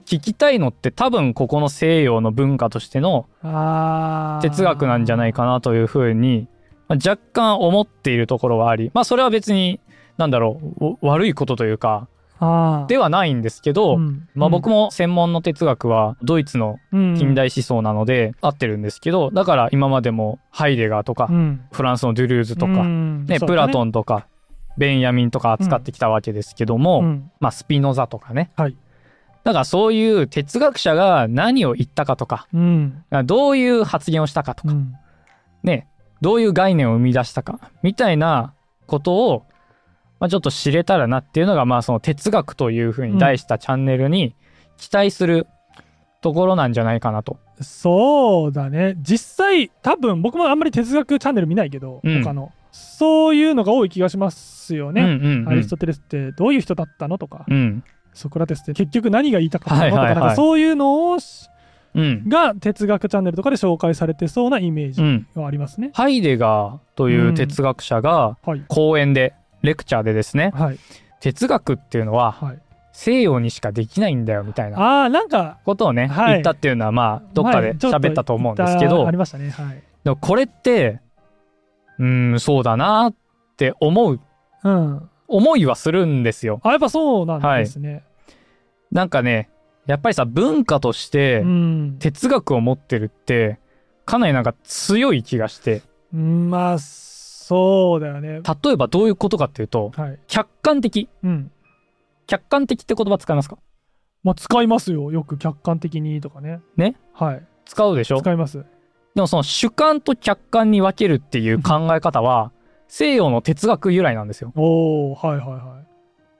Speaker 1: 聞きたいのって多分ここの西洋の文化としての
Speaker 2: あー
Speaker 1: 哲学なんじゃないかなというふうに、まあ、若干思っているところはありまあそれは別になんだろうお悪いことというか
Speaker 2: あー
Speaker 1: ではないんですけど、
Speaker 2: うん
Speaker 1: まあ、僕も専門の哲学はドイツの近代思想なので合ってるんですけどだから今までもハイデガーとか、
Speaker 2: うん
Speaker 1: フランスのドゥルーズとか、
Speaker 2: うん
Speaker 1: ね
Speaker 2: そう
Speaker 1: プ
Speaker 2: だ
Speaker 1: ラトンとかベンヤミンとか扱ってきたわけですけども、
Speaker 2: うん
Speaker 1: まあ、スピノザとかね、
Speaker 2: はい
Speaker 1: だからそういう哲学者が何を言ったかとか
Speaker 2: うん
Speaker 1: どういう発言をしたかと
Speaker 2: う
Speaker 1: か、
Speaker 2: ん
Speaker 1: ね、どういう概念を生み出したかみたいなことを、まあ、ちょっと知れたらなっていうのが、まあ、その哲学というふうに題したチャンネルに期待するところなんじゃないかなと。
Speaker 2: そうだね実際多分僕もあんまり哲学チャンネル見ないけど、
Speaker 1: うん
Speaker 2: 他のそういうのが多い気がしますよ
Speaker 1: うん
Speaker 2: ね、
Speaker 1: うんうん
Speaker 2: アリストテレスってどういう人だったのとか、
Speaker 1: うん
Speaker 2: ソクラテスって結局何が言いたかったのとか,、
Speaker 1: はいはいはい
Speaker 2: なんかそういうのをし
Speaker 1: うん
Speaker 2: が哲学チャンネルとかで紹介されてそうなイメー
Speaker 1: う
Speaker 2: ジ
Speaker 1: ん、
Speaker 2: はありますね、
Speaker 1: ハイデガーという哲学者が
Speaker 2: はい
Speaker 1: 講演でレクチャーでですね
Speaker 2: はい
Speaker 1: 哲学っていうのは
Speaker 2: はい
Speaker 1: 西洋にしかできないんだよみたいな
Speaker 2: ああなんか
Speaker 1: ことをね、
Speaker 2: はい
Speaker 1: 言ったっていうのはまあどっかで
Speaker 2: 前ちょと
Speaker 1: 喋ったと思うんですけ
Speaker 2: 言
Speaker 1: ど
Speaker 2: たありましたねはい
Speaker 1: でもこれってうーんそうだなって思う
Speaker 2: うん
Speaker 1: 思いはするんですよ
Speaker 2: あやっぱそうなんですね、
Speaker 1: なんかねやっぱりさ文化として
Speaker 2: うん
Speaker 1: 哲学を持ってるってかなりなんか強い気がして
Speaker 2: うんまあそうだよね
Speaker 1: 例えばどういうことかっていうと
Speaker 2: はい
Speaker 1: 客観的
Speaker 2: うん
Speaker 1: 客観的って言葉使いますか
Speaker 2: まあ使いますよよく客観的にとかね
Speaker 1: ね
Speaker 2: はい
Speaker 1: 使うでしょ
Speaker 2: 使います
Speaker 1: でもその主観と客観に分けるっていう考え方は西洋の哲学由来なんですよ
Speaker 2: おおはいはいはい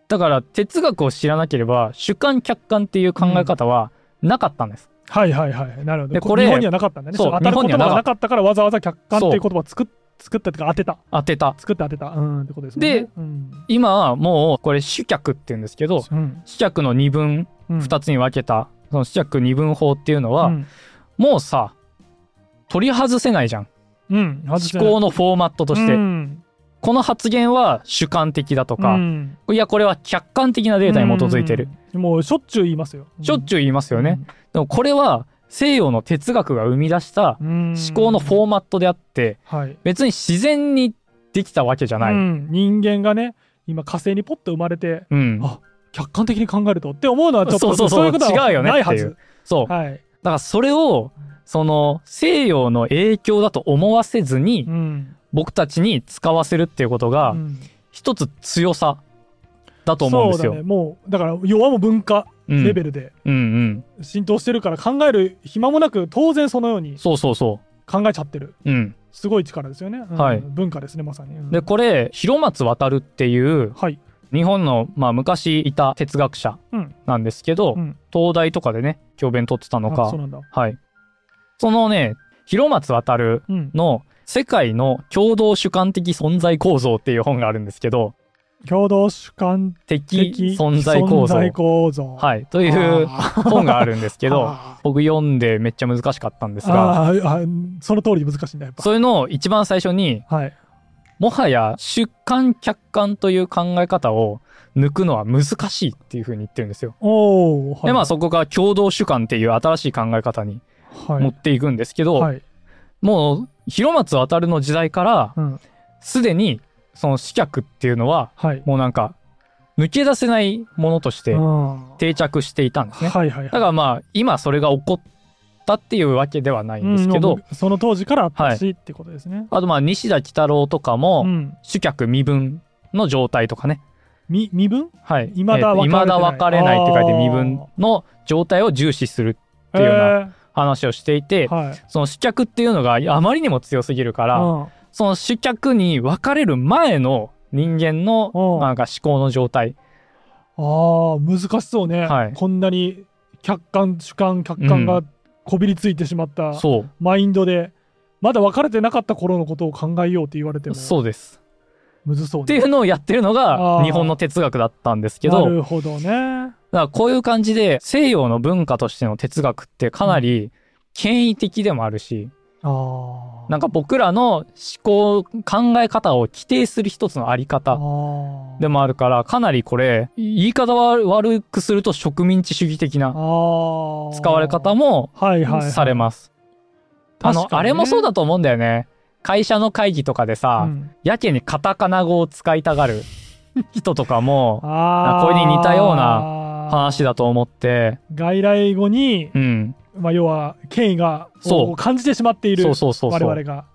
Speaker 1: だから哲学を知らなければ主観客観っていう考え方はなかったんです、
Speaker 2: はいはいはいなるほど
Speaker 1: で
Speaker 2: こ
Speaker 1: これ
Speaker 2: 日本にはなかったんだね
Speaker 1: そう
Speaker 2: 当たる言葉
Speaker 1: 日本にはな
Speaker 2: が
Speaker 1: か
Speaker 2: な
Speaker 1: っ
Speaker 2: かったからわざわざ客観っていう言葉を作っ作ったっていうか当てた
Speaker 1: 当てた
Speaker 2: 作って当てたうんってことですもんね
Speaker 1: で
Speaker 2: うん
Speaker 1: 今はもうこれ主客って言うんですけど
Speaker 2: うん
Speaker 1: 主客の二分
Speaker 2: うん
Speaker 1: 二つに分けた、その主客二分法っていうのは、
Speaker 2: うん
Speaker 1: もうさ取り外せないじゃん
Speaker 2: うん外せ
Speaker 1: 思
Speaker 2: ない
Speaker 1: 考のフォーマットとして、
Speaker 2: うん
Speaker 1: この発言は主観的だとか、
Speaker 2: うん
Speaker 1: いやこれは客観的なデータに基づいてる、
Speaker 2: うんもうしょっちゅう言いますよ
Speaker 1: しょっちゅう言います
Speaker 2: ゅ
Speaker 1: よね、でもこれは西洋の哲学が生み出した
Speaker 2: 思
Speaker 1: 思考のフォーマットであって
Speaker 2: はい
Speaker 1: 別に自然にできたわけじゃない、う
Speaker 2: うんん人間がね今火星にポッと生まれてあ客観的に考えるとって思うのはちょっ
Speaker 1: そ
Speaker 2: と
Speaker 1: うそうそう
Speaker 2: いうことは
Speaker 1: 違うよね
Speaker 2: ないは
Speaker 1: ってい
Speaker 2: ず
Speaker 1: うそうだ
Speaker 2: はい
Speaker 1: からそれをその西洋の影響だと思わせずに
Speaker 2: うん
Speaker 1: 僕たちに使わせるっていうことが
Speaker 2: うん
Speaker 1: 一つ強さだと思うんですよ。
Speaker 2: そうだねもうだから要はもう文化
Speaker 1: うん
Speaker 2: レベルで
Speaker 1: うんうん
Speaker 2: 浸透してるから考える暇もなく当然そのように
Speaker 1: そうそうそ
Speaker 2: 考えちゃってる
Speaker 1: う。うん、
Speaker 2: すごい力ですよね、うん
Speaker 1: はい
Speaker 2: 文化ですねまさに、うん
Speaker 1: でこれ広松渡るっていう
Speaker 2: はい
Speaker 1: 日本の、まあ、昔いた哲学者
Speaker 2: うん
Speaker 1: なんですけど、
Speaker 2: うん
Speaker 1: 東大とかでね教鞭取ってたの
Speaker 2: あ
Speaker 1: か
Speaker 2: そうなんだ
Speaker 1: はい、そのね広松渡る
Speaker 2: うん
Speaker 1: の「世界の共同主観的存在構造」っていう本があるんですけど
Speaker 2: 共同主観
Speaker 1: 的
Speaker 2: 的
Speaker 1: 存在構造
Speaker 2: 存在構造
Speaker 1: はい、と
Speaker 2: と
Speaker 1: いう本があるんですけ ど
Speaker 2: あ
Speaker 1: 僕読んでめっちゃ難しかったんです
Speaker 2: ー
Speaker 1: が
Speaker 2: あーあーその通り難しいんだやっぱ
Speaker 1: そういうのを一番最初に
Speaker 2: はい
Speaker 1: もはや主観客観という考え方を抜くのは難しいっていうふうに言ってるんですよ。
Speaker 2: おお、はい、
Speaker 1: でまあそこから共同主観っていう新しい考え方に
Speaker 2: はい
Speaker 1: 持っていくんですけど、
Speaker 2: はい
Speaker 1: もう広松渡の時代から
Speaker 2: うん
Speaker 1: すでにその死客っていうのは
Speaker 2: はい
Speaker 1: もうなんか抜け出せないものとして
Speaker 2: うん
Speaker 1: 定着していたんですね。
Speaker 2: はいはい
Speaker 1: だからまあ今それが起こったっていうわけではないんですけど、
Speaker 2: うんもうその当時からあったしってことですね、
Speaker 1: あとまあ西田喜太郎とか
Speaker 2: う
Speaker 1: も
Speaker 2: ん
Speaker 1: 主客未分の状態とかね
Speaker 2: み身分
Speaker 1: はい、
Speaker 2: 未だ分かれて
Speaker 1: えーと
Speaker 2: ない
Speaker 1: 未だ分かれないって書いて未分の状態を重視するていうよう話をしていて、
Speaker 2: えーはい
Speaker 1: その主客っていうのがあまりにも強すぎるから、
Speaker 2: うん
Speaker 1: その主客に分かれる前の人間の
Speaker 2: うん
Speaker 1: なんか思考の状態
Speaker 2: ああ難しそうね、
Speaker 1: はい
Speaker 2: こんなに客観主観客観がこびりついてしまった
Speaker 1: そ
Speaker 2: マインドでまだ別れてなかった頃のことを考えようって言われて
Speaker 1: う
Speaker 2: も
Speaker 1: そうです
Speaker 2: むずそう
Speaker 1: ってい
Speaker 2: ね
Speaker 1: うのをやってるの
Speaker 2: あ
Speaker 1: が
Speaker 2: ー
Speaker 1: 日本の哲学だったんですけ
Speaker 2: な
Speaker 1: どだか
Speaker 2: るほどね
Speaker 1: らこういう感じで西洋の文化としての哲学ってかなり権威的でもあるし、
Speaker 2: あ
Speaker 1: なんか僕らの思考考え方を規定する一つのあり
Speaker 2: あ
Speaker 1: 方
Speaker 2: あ
Speaker 1: でもあるからかなりこれ言い方は悪くすると植民地主義的な
Speaker 2: も
Speaker 1: 使われ方も
Speaker 2: はいはいはい
Speaker 1: されます。あ
Speaker 2: 確かにね
Speaker 1: のあれもそうだと思うんだよね。会社の会議とかでさ、
Speaker 2: うん
Speaker 1: やけにカタカナ語を使いたがる人とか も
Speaker 2: あー
Speaker 1: これに似たような話だと思って、
Speaker 2: 外来語に、
Speaker 1: うん、
Speaker 2: まあ、要は権威が
Speaker 1: そう
Speaker 2: を感じてしまっている
Speaker 1: そうそうそうそう
Speaker 2: 我々が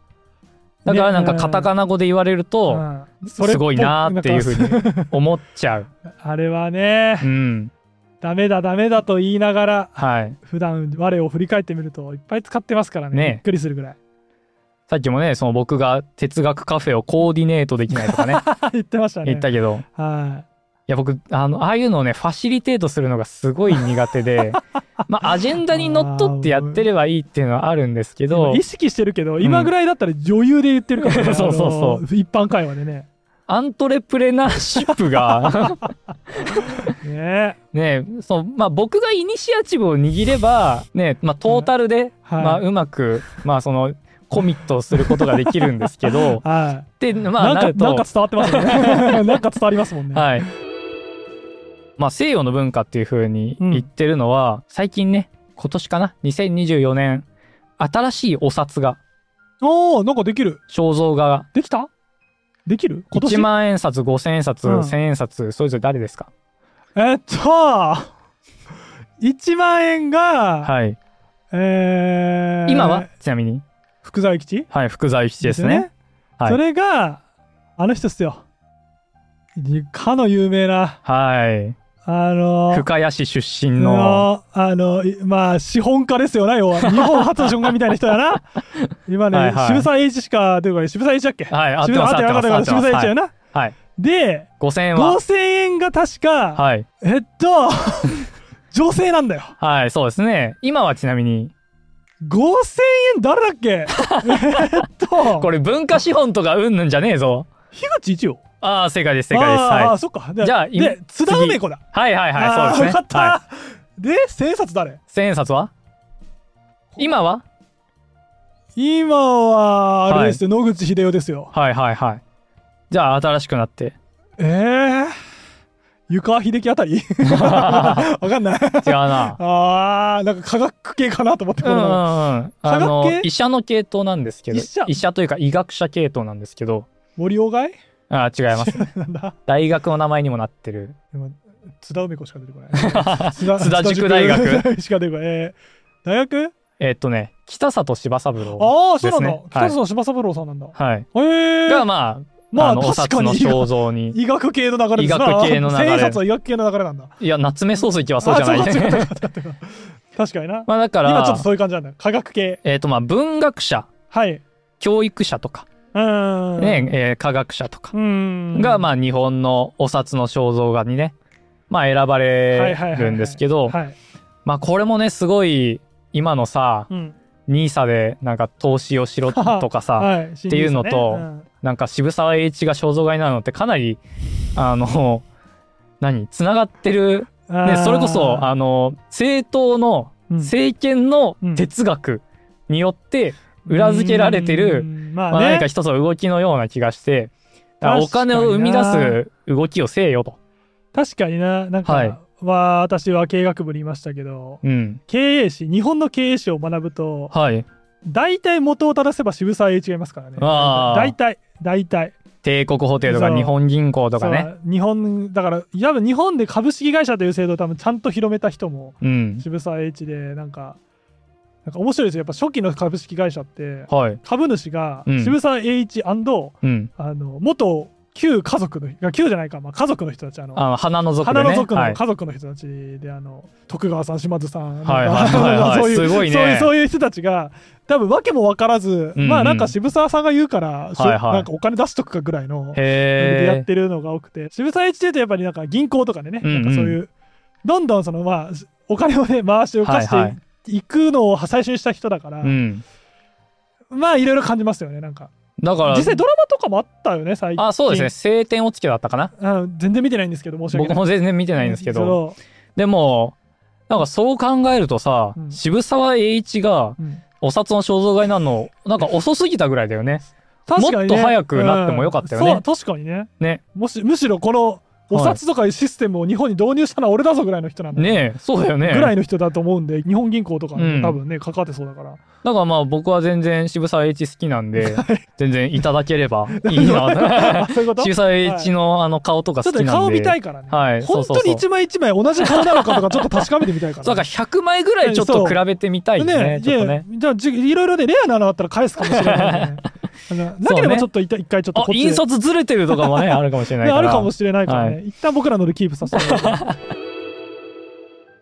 Speaker 1: だからなんか
Speaker 2: ね
Speaker 1: カタカナ語で言われると
Speaker 2: うんそれっ
Speaker 1: す
Speaker 2: ぽ
Speaker 1: ごいなーっていうふ
Speaker 2: なんか
Speaker 1: うに思っちゃう。
Speaker 2: あれはね
Speaker 1: うん、
Speaker 2: ダメだダメだと言いながら
Speaker 1: はい。
Speaker 2: 普段我を振り返ってみるといっぱい使ってますからね
Speaker 1: ね
Speaker 2: びっくりするぐらい
Speaker 1: さっきもね、その僕が哲学カフェをコーディネートできないと かね、
Speaker 2: 言ってました
Speaker 1: 言
Speaker 2: ね
Speaker 1: ったけど、
Speaker 2: はい
Speaker 1: や僕あのああいうのをねファシリテートするのがすごい苦手 でまあアジェンダにのっとってやってればいいっていうのはあるんですけど
Speaker 2: 今意識してるけど、
Speaker 1: ん
Speaker 2: 今ぐらいだったら女優で言ってるから、ね、
Speaker 1: そうそうそう
Speaker 2: あの一般会話でね
Speaker 1: アントレプレナーシップ が
Speaker 2: ね
Speaker 1: ねそう、まあ、僕がイニシアチブを握れば、ねまあ、トータルで、
Speaker 2: はい
Speaker 1: まあ、うまく、まあ、そのコミットすることができるんですけ ど
Speaker 2: はい
Speaker 1: で、まあ、な
Speaker 2: なん
Speaker 1: る
Speaker 2: か
Speaker 1: と
Speaker 2: なんか伝わってま すよねなんか伝わりますもんね、
Speaker 1: はいまあ、西洋の文化っていうふうに言ってるのは、最近ね今年かな2024年新しいお札が
Speaker 2: おおなんかできる
Speaker 1: 肖像画が
Speaker 2: できたできる今年
Speaker 1: 1万円札5000円札、
Speaker 2: うん
Speaker 1: 1000円札それぞれ誰ですか
Speaker 2: えっと1万円が、
Speaker 1: はい
Speaker 2: えー
Speaker 1: 今はちなみに
Speaker 2: 福沢諭吉
Speaker 1: はい福沢諭吉ですねはい
Speaker 2: それがあの人っすよかの有名な
Speaker 1: はい
Speaker 2: あの
Speaker 1: 深谷市出身の
Speaker 2: のあのいまあ資本家ですよな要 は日本初の資本家みたいな人やな今ね、
Speaker 1: はいはい
Speaker 2: 渋沢栄一しかというか渋沢栄一だっけ
Speaker 1: はい合って
Speaker 2: 渋
Speaker 1: ます
Speaker 2: 沢
Speaker 1: 合ってます合
Speaker 2: あ
Speaker 1: っ
Speaker 2: っててなかった渋沢栄
Speaker 1: ますは
Speaker 2: 一や
Speaker 1: い、
Speaker 2: な、
Speaker 1: はい、
Speaker 2: で
Speaker 1: 5000円は
Speaker 2: 5000円が確か、
Speaker 1: はい
Speaker 2: えっと 女性なんだよ
Speaker 1: はいそうですね今はちなみに
Speaker 2: 5000円誰 だっけえっと
Speaker 1: これ文化資本とかうんぬんじゃねえぞ
Speaker 2: 樋口一葉
Speaker 1: ああ正解です正解です
Speaker 2: あーあ
Speaker 1: は
Speaker 2: ーそっかで
Speaker 1: じゃあ今
Speaker 2: で津田梅子だ
Speaker 1: いはいはいは
Speaker 2: あ
Speaker 1: い
Speaker 2: ー
Speaker 1: そうです
Speaker 2: よ
Speaker 1: ね
Speaker 2: かった、
Speaker 1: は
Speaker 2: で千円札誰
Speaker 1: い、1000円札は今は
Speaker 2: 今はあれですよ、野口英世ですよ
Speaker 1: はいはいはいじゃあ新しくなって
Speaker 2: ええー、湯川秀樹あ たりわかんない
Speaker 1: 違う な
Speaker 2: あーなんか科学系かなと思ってこ
Speaker 1: うんうんう
Speaker 2: の
Speaker 1: ん、あの
Speaker 2: 科学系
Speaker 1: 医者の系統なんですけど
Speaker 2: 医者
Speaker 1: というか医学者系統なんですけど
Speaker 2: 森鴎外
Speaker 1: あ違います
Speaker 2: なんだ
Speaker 1: 大学の名前にもなってる
Speaker 2: でも津田梅子しか出 てこない津田
Speaker 1: 津田塾大学
Speaker 2: 津田 塾しか出てこない、えー、大学
Speaker 1: えっとね北里柴三郎
Speaker 2: ああそ
Speaker 1: で
Speaker 2: うなんだ、
Speaker 1: すね
Speaker 2: 北里柴三郎さんなんだ、
Speaker 1: はい
Speaker 2: ええー、
Speaker 1: がまあ、
Speaker 2: まあ
Speaker 1: あのお
Speaker 2: 確
Speaker 1: 札
Speaker 2: かに
Speaker 1: の肖像に
Speaker 2: 医学系の流れですな
Speaker 1: 医学系の流れ
Speaker 2: 千円札は医学系の流れなんだ
Speaker 1: いや夏目漱石はそうじゃない
Speaker 2: あそう
Speaker 1: ね
Speaker 2: 確かにな
Speaker 1: まあだから
Speaker 2: 今ちょっとそういう感じなんだ科学系
Speaker 1: えっとまあ文学者
Speaker 2: はいね
Speaker 1: 教育者とか、
Speaker 2: うん
Speaker 1: ねえー科学者とか
Speaker 2: うん
Speaker 1: がまあ日本のお札の肖像画にねまあ選ばれるんですけど
Speaker 2: はいはいはいはい
Speaker 1: まあこれもねすごい今のさ
Speaker 2: うん
Speaker 1: ニーサでなんか投資をしろとかさ、
Speaker 2: はい、って
Speaker 1: いうのとなんか渋沢栄一が肖像画になるのってかなりあの何つながってる、ね、それこそあの政党の政権の哲学によって裏付けられてる、
Speaker 2: ま
Speaker 1: まあ、
Speaker 2: あね
Speaker 1: 何か一つの動きのような気がして、だからお金を生み出す動きをせえよと。
Speaker 2: 確かにななんか、
Speaker 1: はい
Speaker 2: わ私は経営学部にいましたけど
Speaker 1: うん、
Speaker 2: 経営史日本の経営史を学ぶと
Speaker 1: はい
Speaker 2: 大体元を正せば渋沢栄一がいますからね
Speaker 1: あー
Speaker 2: 大体大体
Speaker 1: 帝国ホテルと
Speaker 2: そ
Speaker 1: か
Speaker 2: う
Speaker 1: 日本銀行とかね。
Speaker 2: そう日本だから多分日本で株式会社という制度を多分ちゃんと広めた人も
Speaker 1: うん、
Speaker 2: 渋沢栄一でなんかなんか面白いですよやっぱ初期の株式会社って
Speaker 1: はい、
Speaker 2: 株主が
Speaker 1: うん
Speaker 2: 渋沢栄一、
Speaker 1: うん、
Speaker 2: あの元旧家族のいや旧じゃないか、まあ、家族の人たちあの
Speaker 1: あの花の族で
Speaker 2: 花
Speaker 1: ね。
Speaker 2: の族
Speaker 1: は
Speaker 2: の
Speaker 1: い
Speaker 2: 家族の人たちで、あの徳川さん島津さんなんか
Speaker 1: はいはいはいはい
Speaker 2: そういう
Speaker 1: すごいね
Speaker 2: そういうそういう人たちが多分わけも分からず、
Speaker 1: うんうん
Speaker 2: まあなんか渋沢さんが言うから、しょ
Speaker 1: はいはい
Speaker 2: なんかお金出しとくかぐらいのでや
Speaker 1: へ
Speaker 2: っ
Speaker 1: え。
Speaker 2: てるのが多くて渋沢栄一というとやっぱりなんか銀行とかでね、
Speaker 1: うんうん
Speaker 2: なんかそういうどんどんそのまあお金をね回して動かし
Speaker 1: はいは
Speaker 2: ていくのを最初にした人だから、
Speaker 1: うん、
Speaker 2: まあいろいろ感じますよねなんか
Speaker 1: だから
Speaker 2: 実際ドラマとかもあったよね最近
Speaker 1: あそうですね「晴天をつけ」だったかな
Speaker 2: うん全然見てないんですけど申し訳な
Speaker 1: 僕
Speaker 2: い
Speaker 1: も全然見て
Speaker 2: て
Speaker 1: ないんですけど、でもなんかそう考えるとさ、
Speaker 2: うん
Speaker 1: 渋沢栄一が
Speaker 2: うん
Speaker 1: お札の肖像画になるのなんか遅すぎたぐらいだよね
Speaker 2: 確かにね
Speaker 1: もっと早くなってもよかったよね
Speaker 2: うんそう確かにね
Speaker 1: ね
Speaker 2: もしむしろこのお札とかいうシステムを日本に導入したのは俺だぞぐらいの人なんだよ
Speaker 1: ねえそうだよね
Speaker 2: ぐらいの人だと思うんで日本銀行とか
Speaker 1: う
Speaker 2: ね
Speaker 1: ん
Speaker 2: 多分ね関わってそうだから
Speaker 1: だからまあ僕は全然渋沢栄一好きなん で全然いただければいいな
Speaker 2: あそういう こと
Speaker 1: 渋沢栄一のあの顔とか
Speaker 2: ちょ
Speaker 1: 好
Speaker 2: っ
Speaker 1: き
Speaker 2: と
Speaker 1: なん
Speaker 2: ね
Speaker 1: で
Speaker 2: 顔見た
Speaker 1: い
Speaker 2: いからね。
Speaker 1: はいそう
Speaker 2: 本
Speaker 1: そうそう
Speaker 2: 当に一枚一枚同じ顔なのかとかちょっと確かめてみたいから、
Speaker 1: そうだから100枚ぐらいちょっと比べてみたいよねちょっとね
Speaker 2: いやじゃあじいろいろねレアなのあったら返すかもしれないよねあのなければちょっといた一回ちょっと
Speaker 1: あ
Speaker 2: こっちで
Speaker 1: 印刷ずれてるとか もねあるかもしれない
Speaker 2: ね
Speaker 1: から
Speaker 2: あるかもしれないからね、一旦僕らのでキープさせてもらいます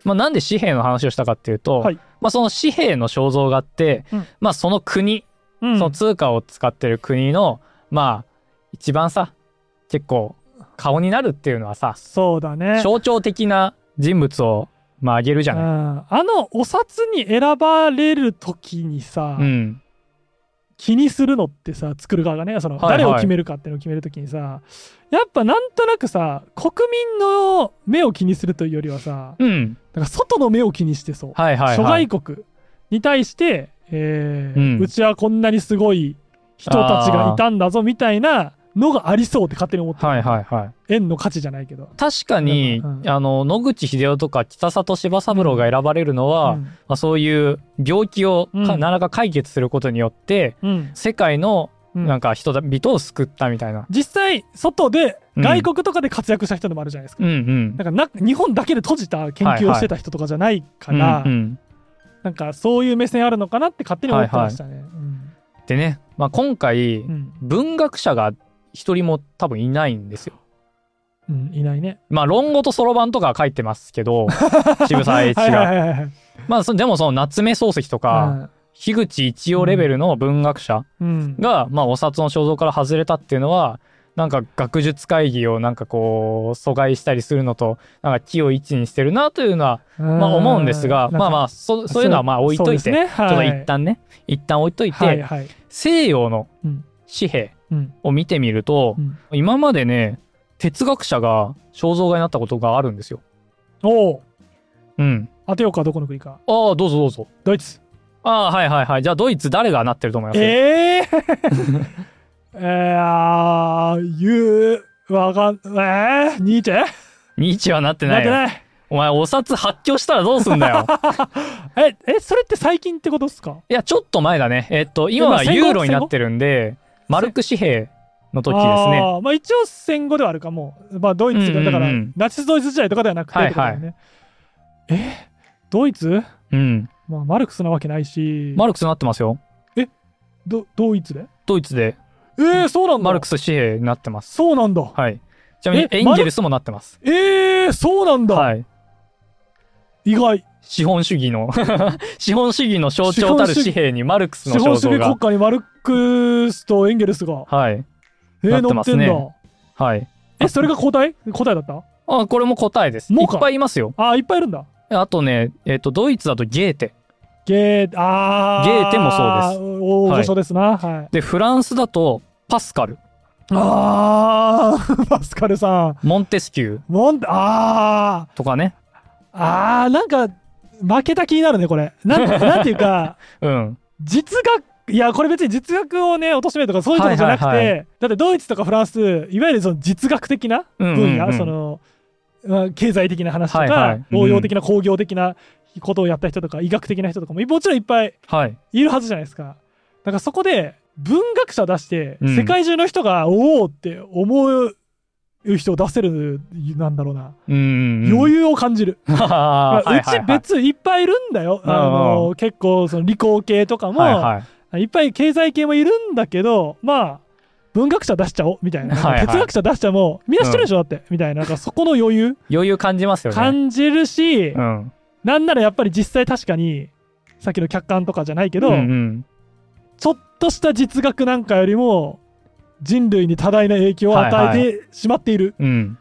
Speaker 1: まあ、なんで紙幣の話をしたかっていうと、
Speaker 2: はい
Speaker 1: まあ、その紙幣の肖像画って、
Speaker 2: うん
Speaker 1: まあ、その国、
Speaker 2: う ん
Speaker 1: その通貨を使ってる国のまあ一番さ結構顔になるっていうのはさ
Speaker 2: そうだね
Speaker 1: 象徴的な人物をまあ挙げるじゃ
Speaker 2: う
Speaker 1: ない。
Speaker 2: んあのお札に選ばれる時にさ、
Speaker 1: うん、
Speaker 2: 気にするのってさ作る側がねその
Speaker 1: はいはい
Speaker 2: 誰を決めるかっていうのを決める時にさ、やっぱなんとなくさ国民の目を気にするというよりはさ
Speaker 1: うん、
Speaker 2: なんか外の目を気にしてそう、
Speaker 1: はいはいはい。
Speaker 2: 諸外国に対して、えー
Speaker 1: う
Speaker 2: うんちはこんなにすごい人たちがいたんだぞみたいなのがありそうって勝手に思ってる
Speaker 1: はいはいはい。
Speaker 2: 円の価値じゃないけど。
Speaker 1: 確かに、
Speaker 2: うん
Speaker 1: あの野口英世とか北里柴三郎が選ばれるのは、
Speaker 2: うん
Speaker 1: まあ、そういう病気をか、
Speaker 2: うん
Speaker 1: なかなか解決することによって
Speaker 2: うん
Speaker 1: 世界の
Speaker 2: うん
Speaker 1: なんか人々を救ったみたいな。
Speaker 2: 実際外で
Speaker 1: うん
Speaker 2: 外国とかで活躍した人でもあるじゃないですか。
Speaker 1: うんうん。
Speaker 2: なんかな日本だけで閉じた研究をしてた人とかじゃないから、
Speaker 1: うんうん
Speaker 2: なんかそういう目線あるのかなって勝手に思ってましたね。うん
Speaker 1: でね、まあ、今回
Speaker 2: うん
Speaker 1: 文学者が一人も多分いないんですよ。
Speaker 2: うんいないね。
Speaker 1: まあ論語とそろばんとかは書いてますけど渋沢栄一
Speaker 2: はいは
Speaker 1: が。
Speaker 2: いはいはい
Speaker 1: まあそでもその夏目漱石とか樋口一葉レベルの文学者
Speaker 2: うん
Speaker 1: が、まあ、お札の肖像から外れたっていうのはなんか学術会議をなんかこう阻害したりするのとなんか木を一にしてるなというのはまあ思うんですがまあまあそそういうのはまあ置いといて、
Speaker 2: そうですねはい
Speaker 1: ちょっと一旦ね一旦置いといて、
Speaker 2: はいはい
Speaker 1: 西洋の
Speaker 2: うん
Speaker 1: 紙幣
Speaker 2: うん
Speaker 1: を見てみると
Speaker 2: う、ん
Speaker 1: 今までね哲学者が肖像画になったことがあるんですよ。
Speaker 2: おお
Speaker 1: うん、
Speaker 2: 当てようかどこの国か
Speaker 1: ああどうぞどうぞ。
Speaker 2: ドイツ
Speaker 1: ああはいはいはいじゃあドイツ誰がなってると思います
Speaker 2: ええ えーあーゆうわかんえー、ニーチェ
Speaker 1: ニーチェはなって
Speaker 2: な
Speaker 1: な
Speaker 2: っ
Speaker 1: い
Speaker 2: て
Speaker 1: よ
Speaker 2: ない
Speaker 1: お前お札発狂したらどうすん だよ
Speaker 2: ええそれって最近ってことっすか
Speaker 1: いやちょっと前だねえっと今は
Speaker 2: 今戦後
Speaker 1: ユーロになってるんでマルク紙幣の時ですね
Speaker 2: あーまあ一応戦後ではあるかもう、まあ、ドイツ
Speaker 1: う
Speaker 2: が、
Speaker 1: んうんうん
Speaker 2: だからナチスドイツ時代とかではなくて
Speaker 1: はい
Speaker 2: ってことだよね、えドイツ、
Speaker 1: うん
Speaker 2: まあ、マルクスなわけないし、
Speaker 1: マルクスになってますよ
Speaker 2: どドイツで
Speaker 1: ドイツで
Speaker 2: えー、そうなんだ
Speaker 1: マルクス紙幣になってます
Speaker 2: そうなんだ、
Speaker 1: はいちなみに
Speaker 2: え
Speaker 1: エンゲルスもなってます
Speaker 2: えー、そうなんだ、
Speaker 1: はい
Speaker 2: 意外
Speaker 1: 資本主義の 資本主義の象徴たる紙幣にマルクスの
Speaker 2: 資本
Speaker 1: 肖
Speaker 2: 主
Speaker 1: 像
Speaker 2: 義
Speaker 1: が
Speaker 2: 国家にマルクスとエンゲルスが、
Speaker 1: はい
Speaker 2: えー
Speaker 1: なって
Speaker 2: 乗
Speaker 1: ま
Speaker 2: って
Speaker 1: す
Speaker 2: ん
Speaker 1: ね
Speaker 2: だ
Speaker 1: はい
Speaker 2: えそれが答え答えだった
Speaker 1: あこれも答えですい
Speaker 2: もうか
Speaker 1: っぱいいますよ
Speaker 2: あーいっぱいいるんだ
Speaker 1: あとねえっとドイツだとゲーテ
Speaker 2: ゲー、あー。
Speaker 1: ゲーテもそうです
Speaker 2: 大御所ですな。はい。
Speaker 1: でフランスだとパスカル
Speaker 2: あー、 パスカルさん。
Speaker 1: モンテスキュー
Speaker 2: もん、あ
Speaker 1: とかね
Speaker 2: ー、あー、なんか、負けた気になるね、これ。なんなんていうか、
Speaker 1: うん
Speaker 2: 実学、いや、これ別に実学をね、貶としめるとかそういうことじゃなくて、
Speaker 1: はいはい
Speaker 2: だってドイツとかフランス、いわゆるその実学的な
Speaker 1: うん
Speaker 2: 分野、
Speaker 1: うんうん
Speaker 2: その、まあ経済的な話とか、
Speaker 1: はいはいうん
Speaker 2: 応用的な工業的なことをやった人とか、医学的な人とかも、もちろんいっぱい
Speaker 1: はい
Speaker 2: いるはずじゃないですか。だからそこで文学者出して、
Speaker 1: うん
Speaker 2: 世界中の人がおおって思う人を出せるなんだろうな、
Speaker 1: うん
Speaker 2: 余
Speaker 1: 裕
Speaker 2: 裕を感じる、
Speaker 1: は
Speaker 2: まあうち別にいっぱいいるんだよ、
Speaker 1: うんうん
Speaker 2: あの結構その理工系とかも、
Speaker 1: はいはい
Speaker 2: いっぱい経済系もいるんだけどまあ文学者出しちゃおうみたいな、
Speaker 1: はいはい
Speaker 2: 哲学者出しちゃもうみんな知ってるでしょ、だってみたいななんかそこの余裕
Speaker 1: 余裕感じますよね
Speaker 2: 感じるし、
Speaker 1: うん
Speaker 2: なんならやっぱり実際確かにさっきの客観とかじゃないけど、
Speaker 1: うんうん
Speaker 2: ちょっとした実学なんかよりも人類に多大な影響を与えてしまっている、
Speaker 1: うん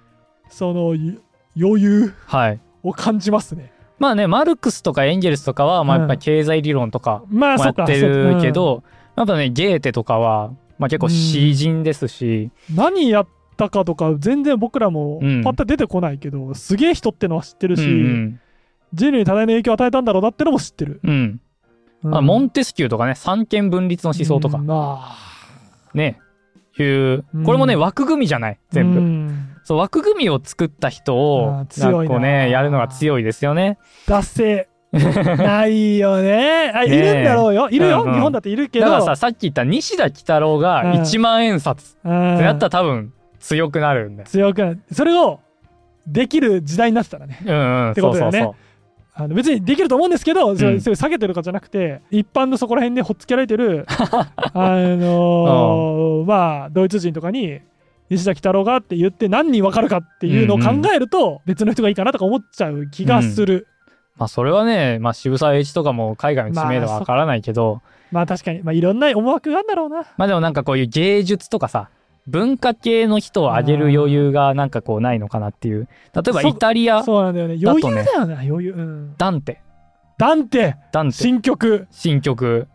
Speaker 2: そのゆ余裕
Speaker 1: はい
Speaker 2: を感じますね。
Speaker 1: まあねマルクスとかエンゲルスとかはまあ
Speaker 2: うん
Speaker 1: やっぱり経済理論とか
Speaker 2: まあ
Speaker 1: も
Speaker 2: そ
Speaker 1: や
Speaker 2: うか
Speaker 1: ってるけど、やっぱねゲーテとかは、まあ、結構詩人ですし、
Speaker 2: そうかうん何やったかとか全然僕らも
Speaker 1: うん
Speaker 2: パッと出てこないけど、すげえ人ってのは知ってる
Speaker 1: うん
Speaker 2: し、
Speaker 1: うん
Speaker 2: 人類に多大な影響を与えたんだろうなってのも知ってる。
Speaker 1: うんまあ、
Speaker 2: うん
Speaker 1: モンテスキューとかね三権分立の思想とか
Speaker 2: うんまあ
Speaker 1: ね、いう
Speaker 2: うん
Speaker 1: これもね枠組みじゃない全部、
Speaker 2: うん
Speaker 1: そう枠組みを作った人
Speaker 2: あー
Speaker 1: を
Speaker 2: 強いな
Speaker 1: なんかこうねやるのが強いですよね
Speaker 2: 達成ないよねあ い
Speaker 1: ねえ
Speaker 2: るんだろうよいるよ、
Speaker 1: うんうん
Speaker 2: 日本だっているけ
Speaker 1: だ
Speaker 2: ど
Speaker 1: からささっき言った西田幾多郎が
Speaker 2: うん
Speaker 1: 1万円札っ
Speaker 2: うん
Speaker 1: てなったら多分強くなるんだよ、
Speaker 2: 強くなるそれをできる時代になってたらね
Speaker 1: うんうん
Speaker 2: てことだよね
Speaker 1: そうそう
Speaker 2: あの別にできると思うんですけど、それ
Speaker 1: うん
Speaker 2: それ下げてるとかじゃなくて一般のそこら辺でほっつけられ てるあのーまあドイツ人とかに西田喜太郎がって言って何人わかるかっていうのを考えると別の人がいいかなとか思っちゃう気がする、
Speaker 1: そうまあそれはね、まあ、渋沢栄一とかも海外の知名度はわからないけど、
Speaker 2: まあ確かに、まあ、いろんな思惑があるんだろうな
Speaker 1: まあでもなんかこういう芸術とかさ文化系の人を上げる余裕がなんかこうないのかなっていう例えば
Speaker 2: そ
Speaker 1: イタリア
Speaker 2: そうなんだよね
Speaker 1: だと
Speaker 2: 余
Speaker 1: ね
Speaker 2: 裕だよな余裕、うん、
Speaker 1: ダンテ
Speaker 2: ダンテ
Speaker 1: ダンテ
Speaker 2: 新曲
Speaker 1: 新曲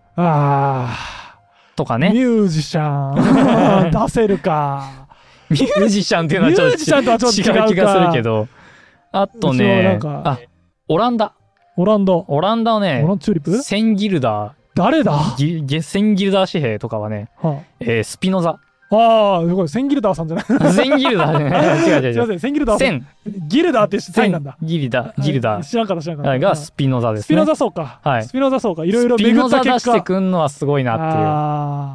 Speaker 2: あ
Speaker 1: とか
Speaker 2: あ、
Speaker 1: ね
Speaker 2: ミュージ シャン出せるか
Speaker 1: ミュージシャンっていうのはちょっ
Speaker 2: ミュージシャンとはちょっと違う
Speaker 1: と
Speaker 2: か
Speaker 1: 違う気がするけどあとね
Speaker 2: そうなんか
Speaker 1: あオランダ
Speaker 2: オランダオ
Speaker 1: オランダはね
Speaker 2: ランチューリップ
Speaker 1: センギルダ
Speaker 2: 誰だ、
Speaker 1: ーギギセンギルダー紙幣とかはね、
Speaker 2: はあ
Speaker 1: えースピノザ
Speaker 2: ああ、すごい。センギルダーさんじゃない。す
Speaker 1: センギル ダーね違う違
Speaker 2: みま
Speaker 1: う違う
Speaker 2: せん、センギルダー
Speaker 1: セ
Speaker 2: さん。
Speaker 1: ン
Speaker 2: ギルダーってサ
Speaker 1: セ
Speaker 2: インなんだ
Speaker 1: ン。ギルダーギルダ
Speaker 2: はい知らんかった、知らんかった。
Speaker 1: ーがスピノザで
Speaker 2: ス
Speaker 1: す
Speaker 2: ピ
Speaker 1: ね
Speaker 2: ノザそうか。
Speaker 1: はい
Speaker 2: スピノザそうか。いろいろ
Speaker 1: スピ
Speaker 2: 巡
Speaker 1: ノ
Speaker 2: っ
Speaker 1: ザ
Speaker 2: た
Speaker 1: 出
Speaker 2: 結
Speaker 1: して
Speaker 2: 果。
Speaker 1: くんのはすごいなっていう
Speaker 2: あ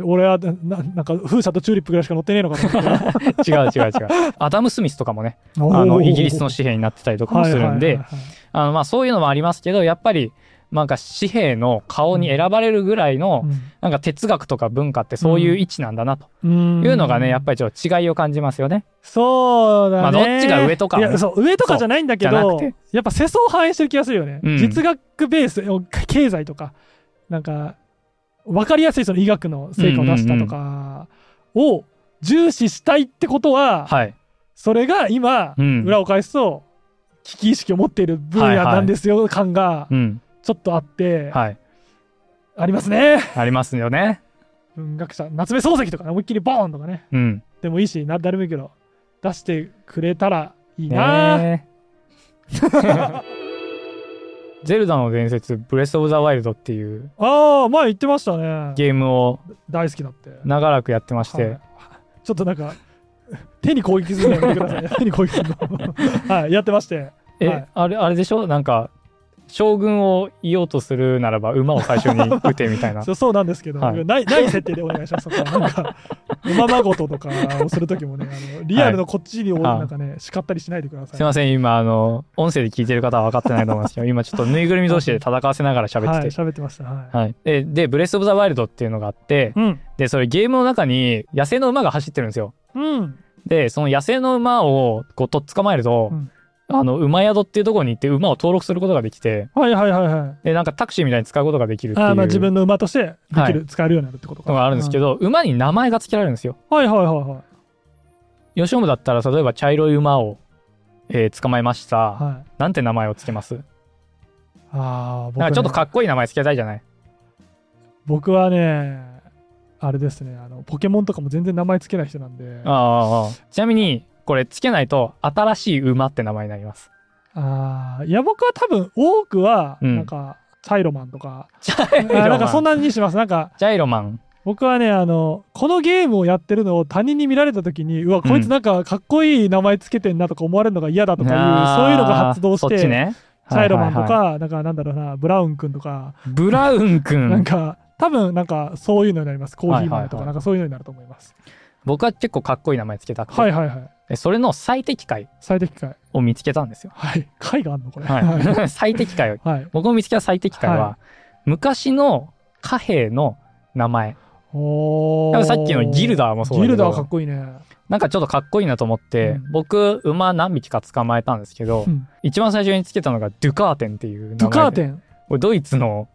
Speaker 2: あ、俺はななんか風車とチューリップぐらいしか乗ってねえのかと思って
Speaker 1: 違う違う違う。アダム・スミスとか もね、
Speaker 2: た
Speaker 1: あのイギリスの紙幣になってたりとかもするん
Speaker 2: はい
Speaker 1: で
Speaker 2: はい、はいはい
Speaker 1: あのまあそういうのもありますけど、やっぱりなんか紙幣の顔に選ばれるぐらいの、なんか哲学とか文化ってそういう位置なんだなと
Speaker 2: うん
Speaker 1: いうのがね、やっ
Speaker 2: ぱ
Speaker 1: ぱりちょっと違いを感じますよね。
Speaker 2: そうだね。
Speaker 1: まあどっちが上とか
Speaker 2: い
Speaker 1: はね
Speaker 2: や、そう、上とかじゃないんだけ
Speaker 1: そう
Speaker 2: ど
Speaker 1: じゃなく、
Speaker 2: やっぱ世相を反映してる気がするよね。
Speaker 1: うん
Speaker 2: 実学ベース、お経済とか、なんか、わかりやすいその医学の成果を出したとかを重視したいってことは、
Speaker 1: はい。
Speaker 2: それが今、
Speaker 1: うん
Speaker 2: 裏を返すと、危機意識を持っている分野なんですよ、感が
Speaker 1: うん。
Speaker 2: ちょっとあって、
Speaker 1: はい。
Speaker 2: ありますね。
Speaker 1: ありますよね。
Speaker 2: 文学者、夏目漱石とかね、思いっきりボーンとかね、
Speaker 1: うん。
Speaker 2: でもいいし、な誰もいいけど、出してくれたらいいな。
Speaker 1: ねえ ゼルダの伝説、ブレス・オブ・ザ・ワイルドっていう
Speaker 2: ああ、前言ってましたね。
Speaker 1: ゲームを
Speaker 2: 大好きだって。
Speaker 1: 長らくやってまして、
Speaker 2: はいちょっとなんか、手に攻撃するのやめてくだ さい。手に攻撃するの。はい、やってまして。
Speaker 1: え、
Speaker 2: はい
Speaker 1: あれあれでしょなんか将軍を言おうとするならば馬を最初 に撃てみたいな
Speaker 2: そうそうなんですけど、
Speaker 1: はい
Speaker 2: ない、ない設定でお願いします。そこはなんか、馬まごととかをするときもね、あのリアルのこっちに、
Speaker 1: はい
Speaker 2: なんかね、叱ったりしないでください。
Speaker 1: すいません今あの音声で聞いてる方は分かってないと思いますけど今ちょっとぬいぐるみ同士で戦わせながら喋ってて、
Speaker 2: はい、喋ってました。はい。
Speaker 1: はいででブレス・オブ・ザ・ワイルド」っていうのがあって
Speaker 2: うん。
Speaker 1: でそれゲームの中に野生の馬が走ってるんですよ
Speaker 2: うん。
Speaker 1: でその野生の馬をこうとっ捕まえると、
Speaker 2: うん
Speaker 1: あの馬宿っていうところに行って馬を登録することができて
Speaker 2: はいはいはいはい。
Speaker 1: でなんかタクシーみたいに使うことができるっていう
Speaker 2: ああ、まあ自
Speaker 1: の
Speaker 2: 分の馬としてで
Speaker 1: は
Speaker 2: きる、
Speaker 1: い
Speaker 2: 使えるようになるってことか。
Speaker 1: があるんですけど、馬に名前が付けられるんですよ
Speaker 2: うん。はいはいはいはい。
Speaker 1: 吉本だったら例えば茶色い馬を、えー捕まえました、
Speaker 2: はい
Speaker 1: なんて名前をつけます
Speaker 2: ああ僕,、
Speaker 1: なん
Speaker 2: ね、
Speaker 1: かちょっとかっこいい名前つけたいじゃない
Speaker 2: 僕はねあれですねあのポケモンとかも全然名前つけない人なんであ
Speaker 1: ああちなみにこれつけないと新しい馬って名前になります
Speaker 2: あーいや僕は多分多くは
Speaker 1: うん
Speaker 2: なんか、チャイロマン とか
Speaker 1: ジャイロマ
Speaker 2: あ
Speaker 1: ン
Speaker 2: なんかそんなにしますなんか
Speaker 1: ジャイロマン
Speaker 2: 僕はねあのこのゲームをやってるのを他人に見られた時にうわこいつなんかかっこいい名前つけてんなとか思われるのが嫌だとかいう、
Speaker 1: あー
Speaker 2: そういうのが発動し、
Speaker 1: そってちね
Speaker 2: チャイロマンとか、
Speaker 1: はいはいは
Speaker 2: なんかなんだろうなブラウン君とか、
Speaker 1: いブラウンく
Speaker 2: なん
Speaker 1: ん
Speaker 2: か多分なんかそういうのになりますコーヒー豆と
Speaker 1: はいはい
Speaker 2: か、
Speaker 1: はい
Speaker 2: なんかそういうのになると思います
Speaker 1: 僕は結構かっこいい名前つけたくて、
Speaker 2: はいはいはい
Speaker 1: でそれの最適解
Speaker 2: 最適解
Speaker 1: を見つけたんですよ、
Speaker 2: はい解があんのこれはい、
Speaker 1: はい、 最適解を
Speaker 2: はい、
Speaker 1: 僕の見つけた最適解は、
Speaker 2: は
Speaker 1: 昔の貨幣の名前
Speaker 2: お
Speaker 1: 多
Speaker 2: ー
Speaker 1: 分さっきのギルダーもそうだ
Speaker 2: ギ
Speaker 1: けど
Speaker 2: ルダーはかっこいいね
Speaker 1: なんかちょっとかっこいいなと思って、
Speaker 2: うん
Speaker 1: 僕馬何匹か捕まえたんですけど、
Speaker 2: うん
Speaker 1: 一番最初につけたのがドゥカーテンっていう名前で
Speaker 2: ドゥカーテン
Speaker 1: これドイツの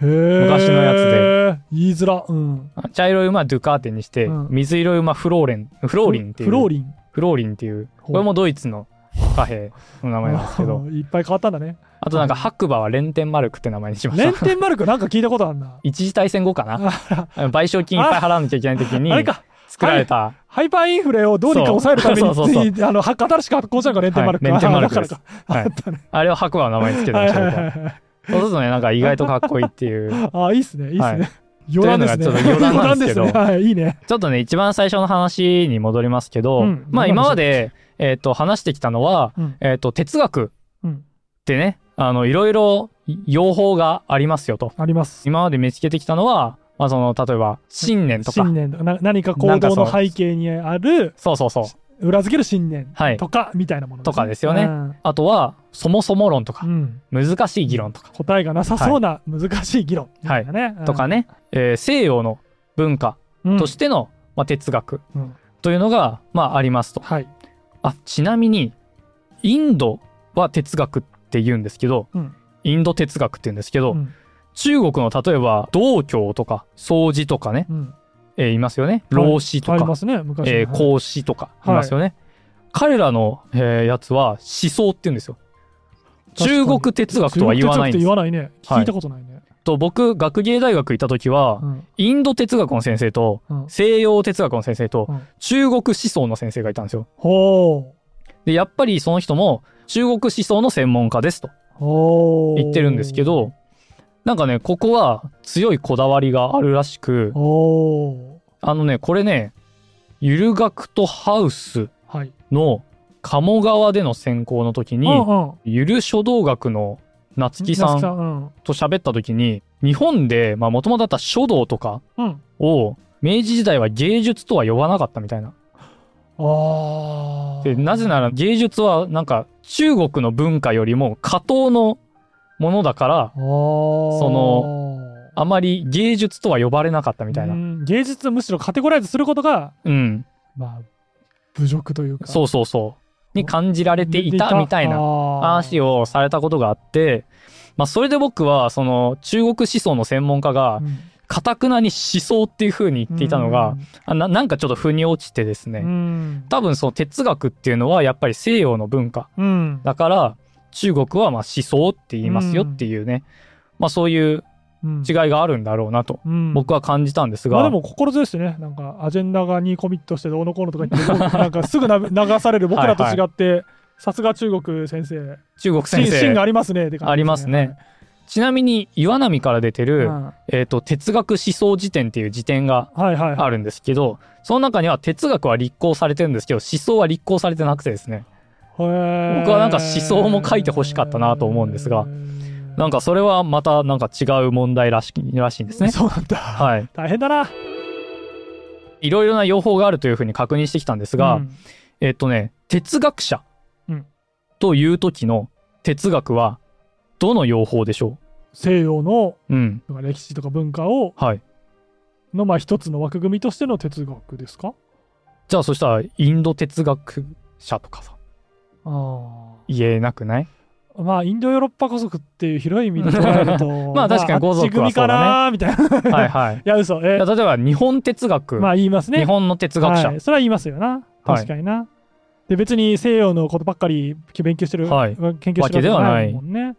Speaker 2: へー
Speaker 1: 昔のやつで
Speaker 2: 言いづらうん
Speaker 1: 茶色い馬はドゥカーテンにして、
Speaker 2: うん
Speaker 1: 水色い馬フローレンフローリンっていう
Speaker 2: フローリン
Speaker 1: フローリンっていうこれもドイツの貨幣の名前なんですけ ど
Speaker 2: いっぱい変わったんだね
Speaker 1: あとなんか白馬はレンテンマルクって名前にしまし
Speaker 2: レン
Speaker 1: た
Speaker 2: テンマルクなんか聞いたことあんな
Speaker 1: 一時大戦後かな賠償金いっぱい払わなきゃいけない時に
Speaker 2: あれか
Speaker 1: 作られた
Speaker 2: ハイパーインフレをどうにか抑えるために
Speaker 1: そうそうそう
Speaker 2: あのは新しく発行したのがレンテンマルク、
Speaker 1: はいレンテンマルク
Speaker 2: あ
Speaker 1: です
Speaker 2: だからか、
Speaker 1: はい
Speaker 2: あったね
Speaker 1: あれを白馬の名前につけてま
Speaker 2: はい
Speaker 1: した
Speaker 2: はい
Speaker 1: 僕
Speaker 2: はい
Speaker 1: は
Speaker 2: はい
Speaker 1: そうするとねなんか意外とかっこいいっていう
Speaker 2: あいいっすね、いいっす
Speaker 1: は
Speaker 2: ね。余談ですね。
Speaker 1: というのがちょっと余談なんですけど
Speaker 2: 余談ねはい、いいね。
Speaker 1: ちょっとね、一番最初の話に戻りますけど、
Speaker 2: うん
Speaker 1: まあ今まで、えっ、と、話してきたのは、
Speaker 2: うん
Speaker 1: えっ、と、哲学
Speaker 2: うん
Speaker 1: ってね、あの、いろいろ用法がありますよと。
Speaker 2: あります。
Speaker 1: 今まで見つけてきたのは、まあその、例えば、信念とか、
Speaker 2: 信念とか、な何か
Speaker 1: な
Speaker 2: 行
Speaker 1: んか
Speaker 2: 動
Speaker 1: そ
Speaker 2: の
Speaker 1: の
Speaker 2: 背景にある、
Speaker 1: そうそうそう。
Speaker 2: 裏付ける信念
Speaker 1: はい
Speaker 2: とか、みたいなもの
Speaker 1: とかですよね
Speaker 2: うん
Speaker 1: あとは、そもそも論と
Speaker 2: う
Speaker 1: か、
Speaker 2: ん。
Speaker 1: 難しい議論とか、
Speaker 2: 答えがなさそうな難しい議論みたいなね。
Speaker 1: とかね、えー西洋の文化
Speaker 2: うん。
Speaker 1: としての、まあ、哲学
Speaker 2: うん。うん
Speaker 1: というのが、まあありますと。
Speaker 2: はい。
Speaker 1: あ、ちなみに、インドは哲学って言うんですけど、
Speaker 2: うん
Speaker 1: インド哲学って言うんですけど、
Speaker 2: うん
Speaker 1: 中国の例えば道教とか掃除とかね、
Speaker 2: うん。
Speaker 1: えーいますよね老子と
Speaker 2: ありま
Speaker 1: か、
Speaker 2: すね、昔の。
Speaker 1: えー孔子とかいますよね、彼らの、えーやつは思想って言うんですよ
Speaker 2: 確かに
Speaker 1: 中国哲学とは言わないん
Speaker 2: 中国哲学って
Speaker 1: です
Speaker 2: 言わないね。
Speaker 1: はい
Speaker 2: 聞いたことないね。
Speaker 1: と僕学芸大学行った時
Speaker 2: う
Speaker 1: は
Speaker 2: ん
Speaker 1: インド哲学の先生と
Speaker 2: うん
Speaker 1: 西洋哲学の先生と
Speaker 2: うん
Speaker 1: 中国思想の先生がいたんですよ
Speaker 2: ほ
Speaker 1: でやっぱりその人も中国思想の専門家ですと
Speaker 2: う。ほう。
Speaker 1: 言ってるんですけどなんかねここは強いこだわりがあるらしく
Speaker 2: ほ
Speaker 1: あのね、これね、ゆる学とハウス
Speaker 2: う。はい。
Speaker 1: の鴨川での選考の時に、
Speaker 2: うんうん
Speaker 1: ゆる書道学の夏木さ
Speaker 2: 夏木
Speaker 1: ん
Speaker 2: ん。
Speaker 1: と喋った時に、日本で、まあ、元々だった書道とか
Speaker 2: うん。うん。
Speaker 1: を、明治時代は芸術とは呼ばなかったみたいな。
Speaker 2: ああ。
Speaker 1: で、なぜなら芸術はなんか中国の文化よりも下等のものだから、
Speaker 2: あー
Speaker 1: その、あまり芸術とは呼ばれなかったみたいうな。
Speaker 2: ん芸術をむしろカテゴライズすることが、
Speaker 1: うん。
Speaker 2: まあ、侮辱というか。。
Speaker 1: そううそうそう。に感じられていたみたいな。話
Speaker 2: を。
Speaker 1: をされたことがあって、まあ、それで僕はその中国思想の専門家がかたくなに思想っていう風に言っていたのが、あななんかちょっと腑に落ちてですね、
Speaker 2: うん、うん。
Speaker 1: 多分その哲学っていうのはやっぱり西洋の文化
Speaker 2: うん。
Speaker 1: だから中国はまあ思想って言いますよっていうね、まあ、そういう
Speaker 2: うん
Speaker 1: 違いがあるんだろうなと
Speaker 2: うん。
Speaker 1: 僕は感じたんです
Speaker 2: まあ
Speaker 1: が、
Speaker 2: でも心強いですね。なんか、アジェンダがにコミットしてどうのこうのとか言って、 なんかすぐな流される僕らと違って、さすが中国先生、
Speaker 1: 中国
Speaker 2: 芯
Speaker 1: 先
Speaker 2: 芯
Speaker 1: 生
Speaker 2: がありますねって感じですね。
Speaker 1: ありますねちなみに岩波から出て
Speaker 2: はい。
Speaker 1: る、
Speaker 2: うん
Speaker 1: えー、と哲学思想辞典っていう辞典が
Speaker 2: はいはいはい。
Speaker 1: あるんですけど、その中には哲学は立候補されてるんですけど、思想は立候補されてなくてですね、
Speaker 2: 僕
Speaker 1: 僕はなんか思想も書いて欲しかったなと思うんですがなんかそれはまたなんか違う問題らしいらしいんですね。
Speaker 2: そうなんだ。
Speaker 1: はい。
Speaker 2: 大変だな。
Speaker 1: いろいろな用法があるというふうに確認してきたんですが、
Speaker 2: うん
Speaker 1: えっとね、哲学者
Speaker 2: うん
Speaker 1: という時の哲学はどの用法でしょ
Speaker 2: 西洋の
Speaker 1: ううん。
Speaker 2: 歴史とか文化を
Speaker 1: はい。
Speaker 2: のまあ一つの枠組みとしての哲学ですか
Speaker 1: じゃあそしたらインド哲学者とかさ、
Speaker 2: あ
Speaker 1: 言えなく ない
Speaker 2: まあインドヨーロッパこそっていう広い意味で捉える と
Speaker 1: まあ確かに語族はそうだね
Speaker 2: まああっち組かなーみたいな
Speaker 1: はいはい。
Speaker 2: いや
Speaker 1: い
Speaker 2: 嘘え
Speaker 1: や例えば日本哲学、
Speaker 2: まあ言いますね
Speaker 1: 日本の哲学者
Speaker 2: はい、それは言いますよな確かにな、で別に西洋のことばっかり勉強してる、
Speaker 1: はい
Speaker 2: 研究してるわけじゃないもんね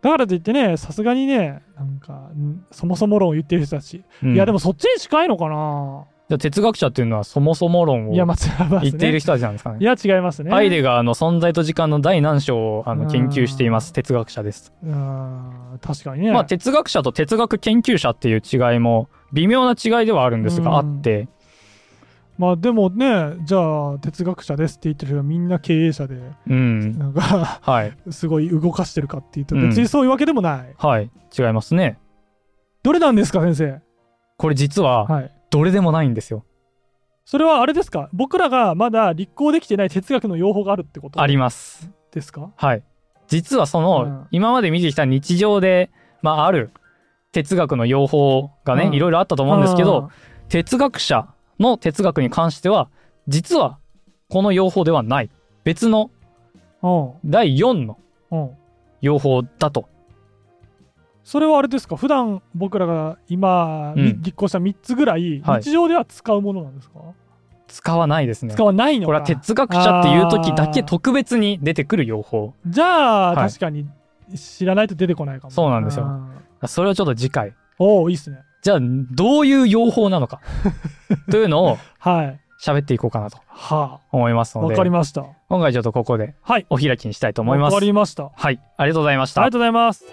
Speaker 2: だからといってねさすがにねなんかんそもそも論を言ってる人たち、
Speaker 1: うん
Speaker 2: いやでもそっちに近いのかな
Speaker 1: じゃあ哲学者っていうのはそもそも論を
Speaker 2: いや
Speaker 1: 言
Speaker 2: まあ、まあ
Speaker 1: っている
Speaker 2: 人
Speaker 1: 人たちなんですかね。
Speaker 2: いや違いますね
Speaker 1: アイデガーの存在と時間の第何章をあ
Speaker 2: う
Speaker 1: の
Speaker 2: ん
Speaker 1: 研究しています哲学者です。
Speaker 2: うん確かにね、
Speaker 1: まあ哲学者と哲学研究者っていう違いも微妙な違いではあるんですがあ
Speaker 2: うん
Speaker 1: って、
Speaker 2: まあでもねじゃあ哲学者ですって言ってる人がみんな経営者で
Speaker 1: うん、
Speaker 2: なんか
Speaker 1: はい
Speaker 2: すごい動かしてるかっていうと
Speaker 1: うん
Speaker 2: 別にそういうわけでもない、
Speaker 1: はい違いますね。
Speaker 2: どれなんですか先生
Speaker 1: これ実は
Speaker 2: はい
Speaker 1: どれでもないんですよ。
Speaker 2: それはあれですか僕らがまだ立候できてない哲学の用法があるってこと
Speaker 1: あります。
Speaker 2: ですか
Speaker 1: はい。実はそうの
Speaker 2: ん
Speaker 1: 今まで見てきた日常でまあある哲学の用法が
Speaker 2: う
Speaker 1: ね
Speaker 2: ん
Speaker 1: いろいろあったと思うんですけど、
Speaker 2: あー
Speaker 1: 哲学者の哲学に関しては実はこの用法ではない別の
Speaker 2: うん
Speaker 1: 第4の
Speaker 2: うん、
Speaker 1: 用法だと
Speaker 2: それはあれですか普段僕らが今、
Speaker 1: うん
Speaker 2: 実行した3つぐらい
Speaker 1: はい
Speaker 2: 日常では使うものなんですか、
Speaker 1: 使わないですね。
Speaker 2: 使わないの
Speaker 1: これ
Speaker 2: か
Speaker 1: は哲学者っていう時だけ特別に出てくる用法
Speaker 2: じゃあ、
Speaker 1: はい
Speaker 2: 確かに知らないと出てこないかも
Speaker 1: そうなんですよ
Speaker 2: あー
Speaker 1: それはちょっと次回
Speaker 2: おおいいっすね
Speaker 1: じゃあどういう用法な のかというのを
Speaker 2: はい
Speaker 1: 喋っていこうかなと
Speaker 2: は
Speaker 1: 思います
Speaker 2: あ
Speaker 1: の
Speaker 2: わ
Speaker 1: で
Speaker 2: かりました
Speaker 1: 今回ちょっとここで
Speaker 2: はい
Speaker 1: お開きにしたいと思いま
Speaker 2: わ
Speaker 1: す
Speaker 2: か。りましたあ
Speaker 1: はいありがとうございまし
Speaker 2: り
Speaker 1: た
Speaker 2: が。とうございます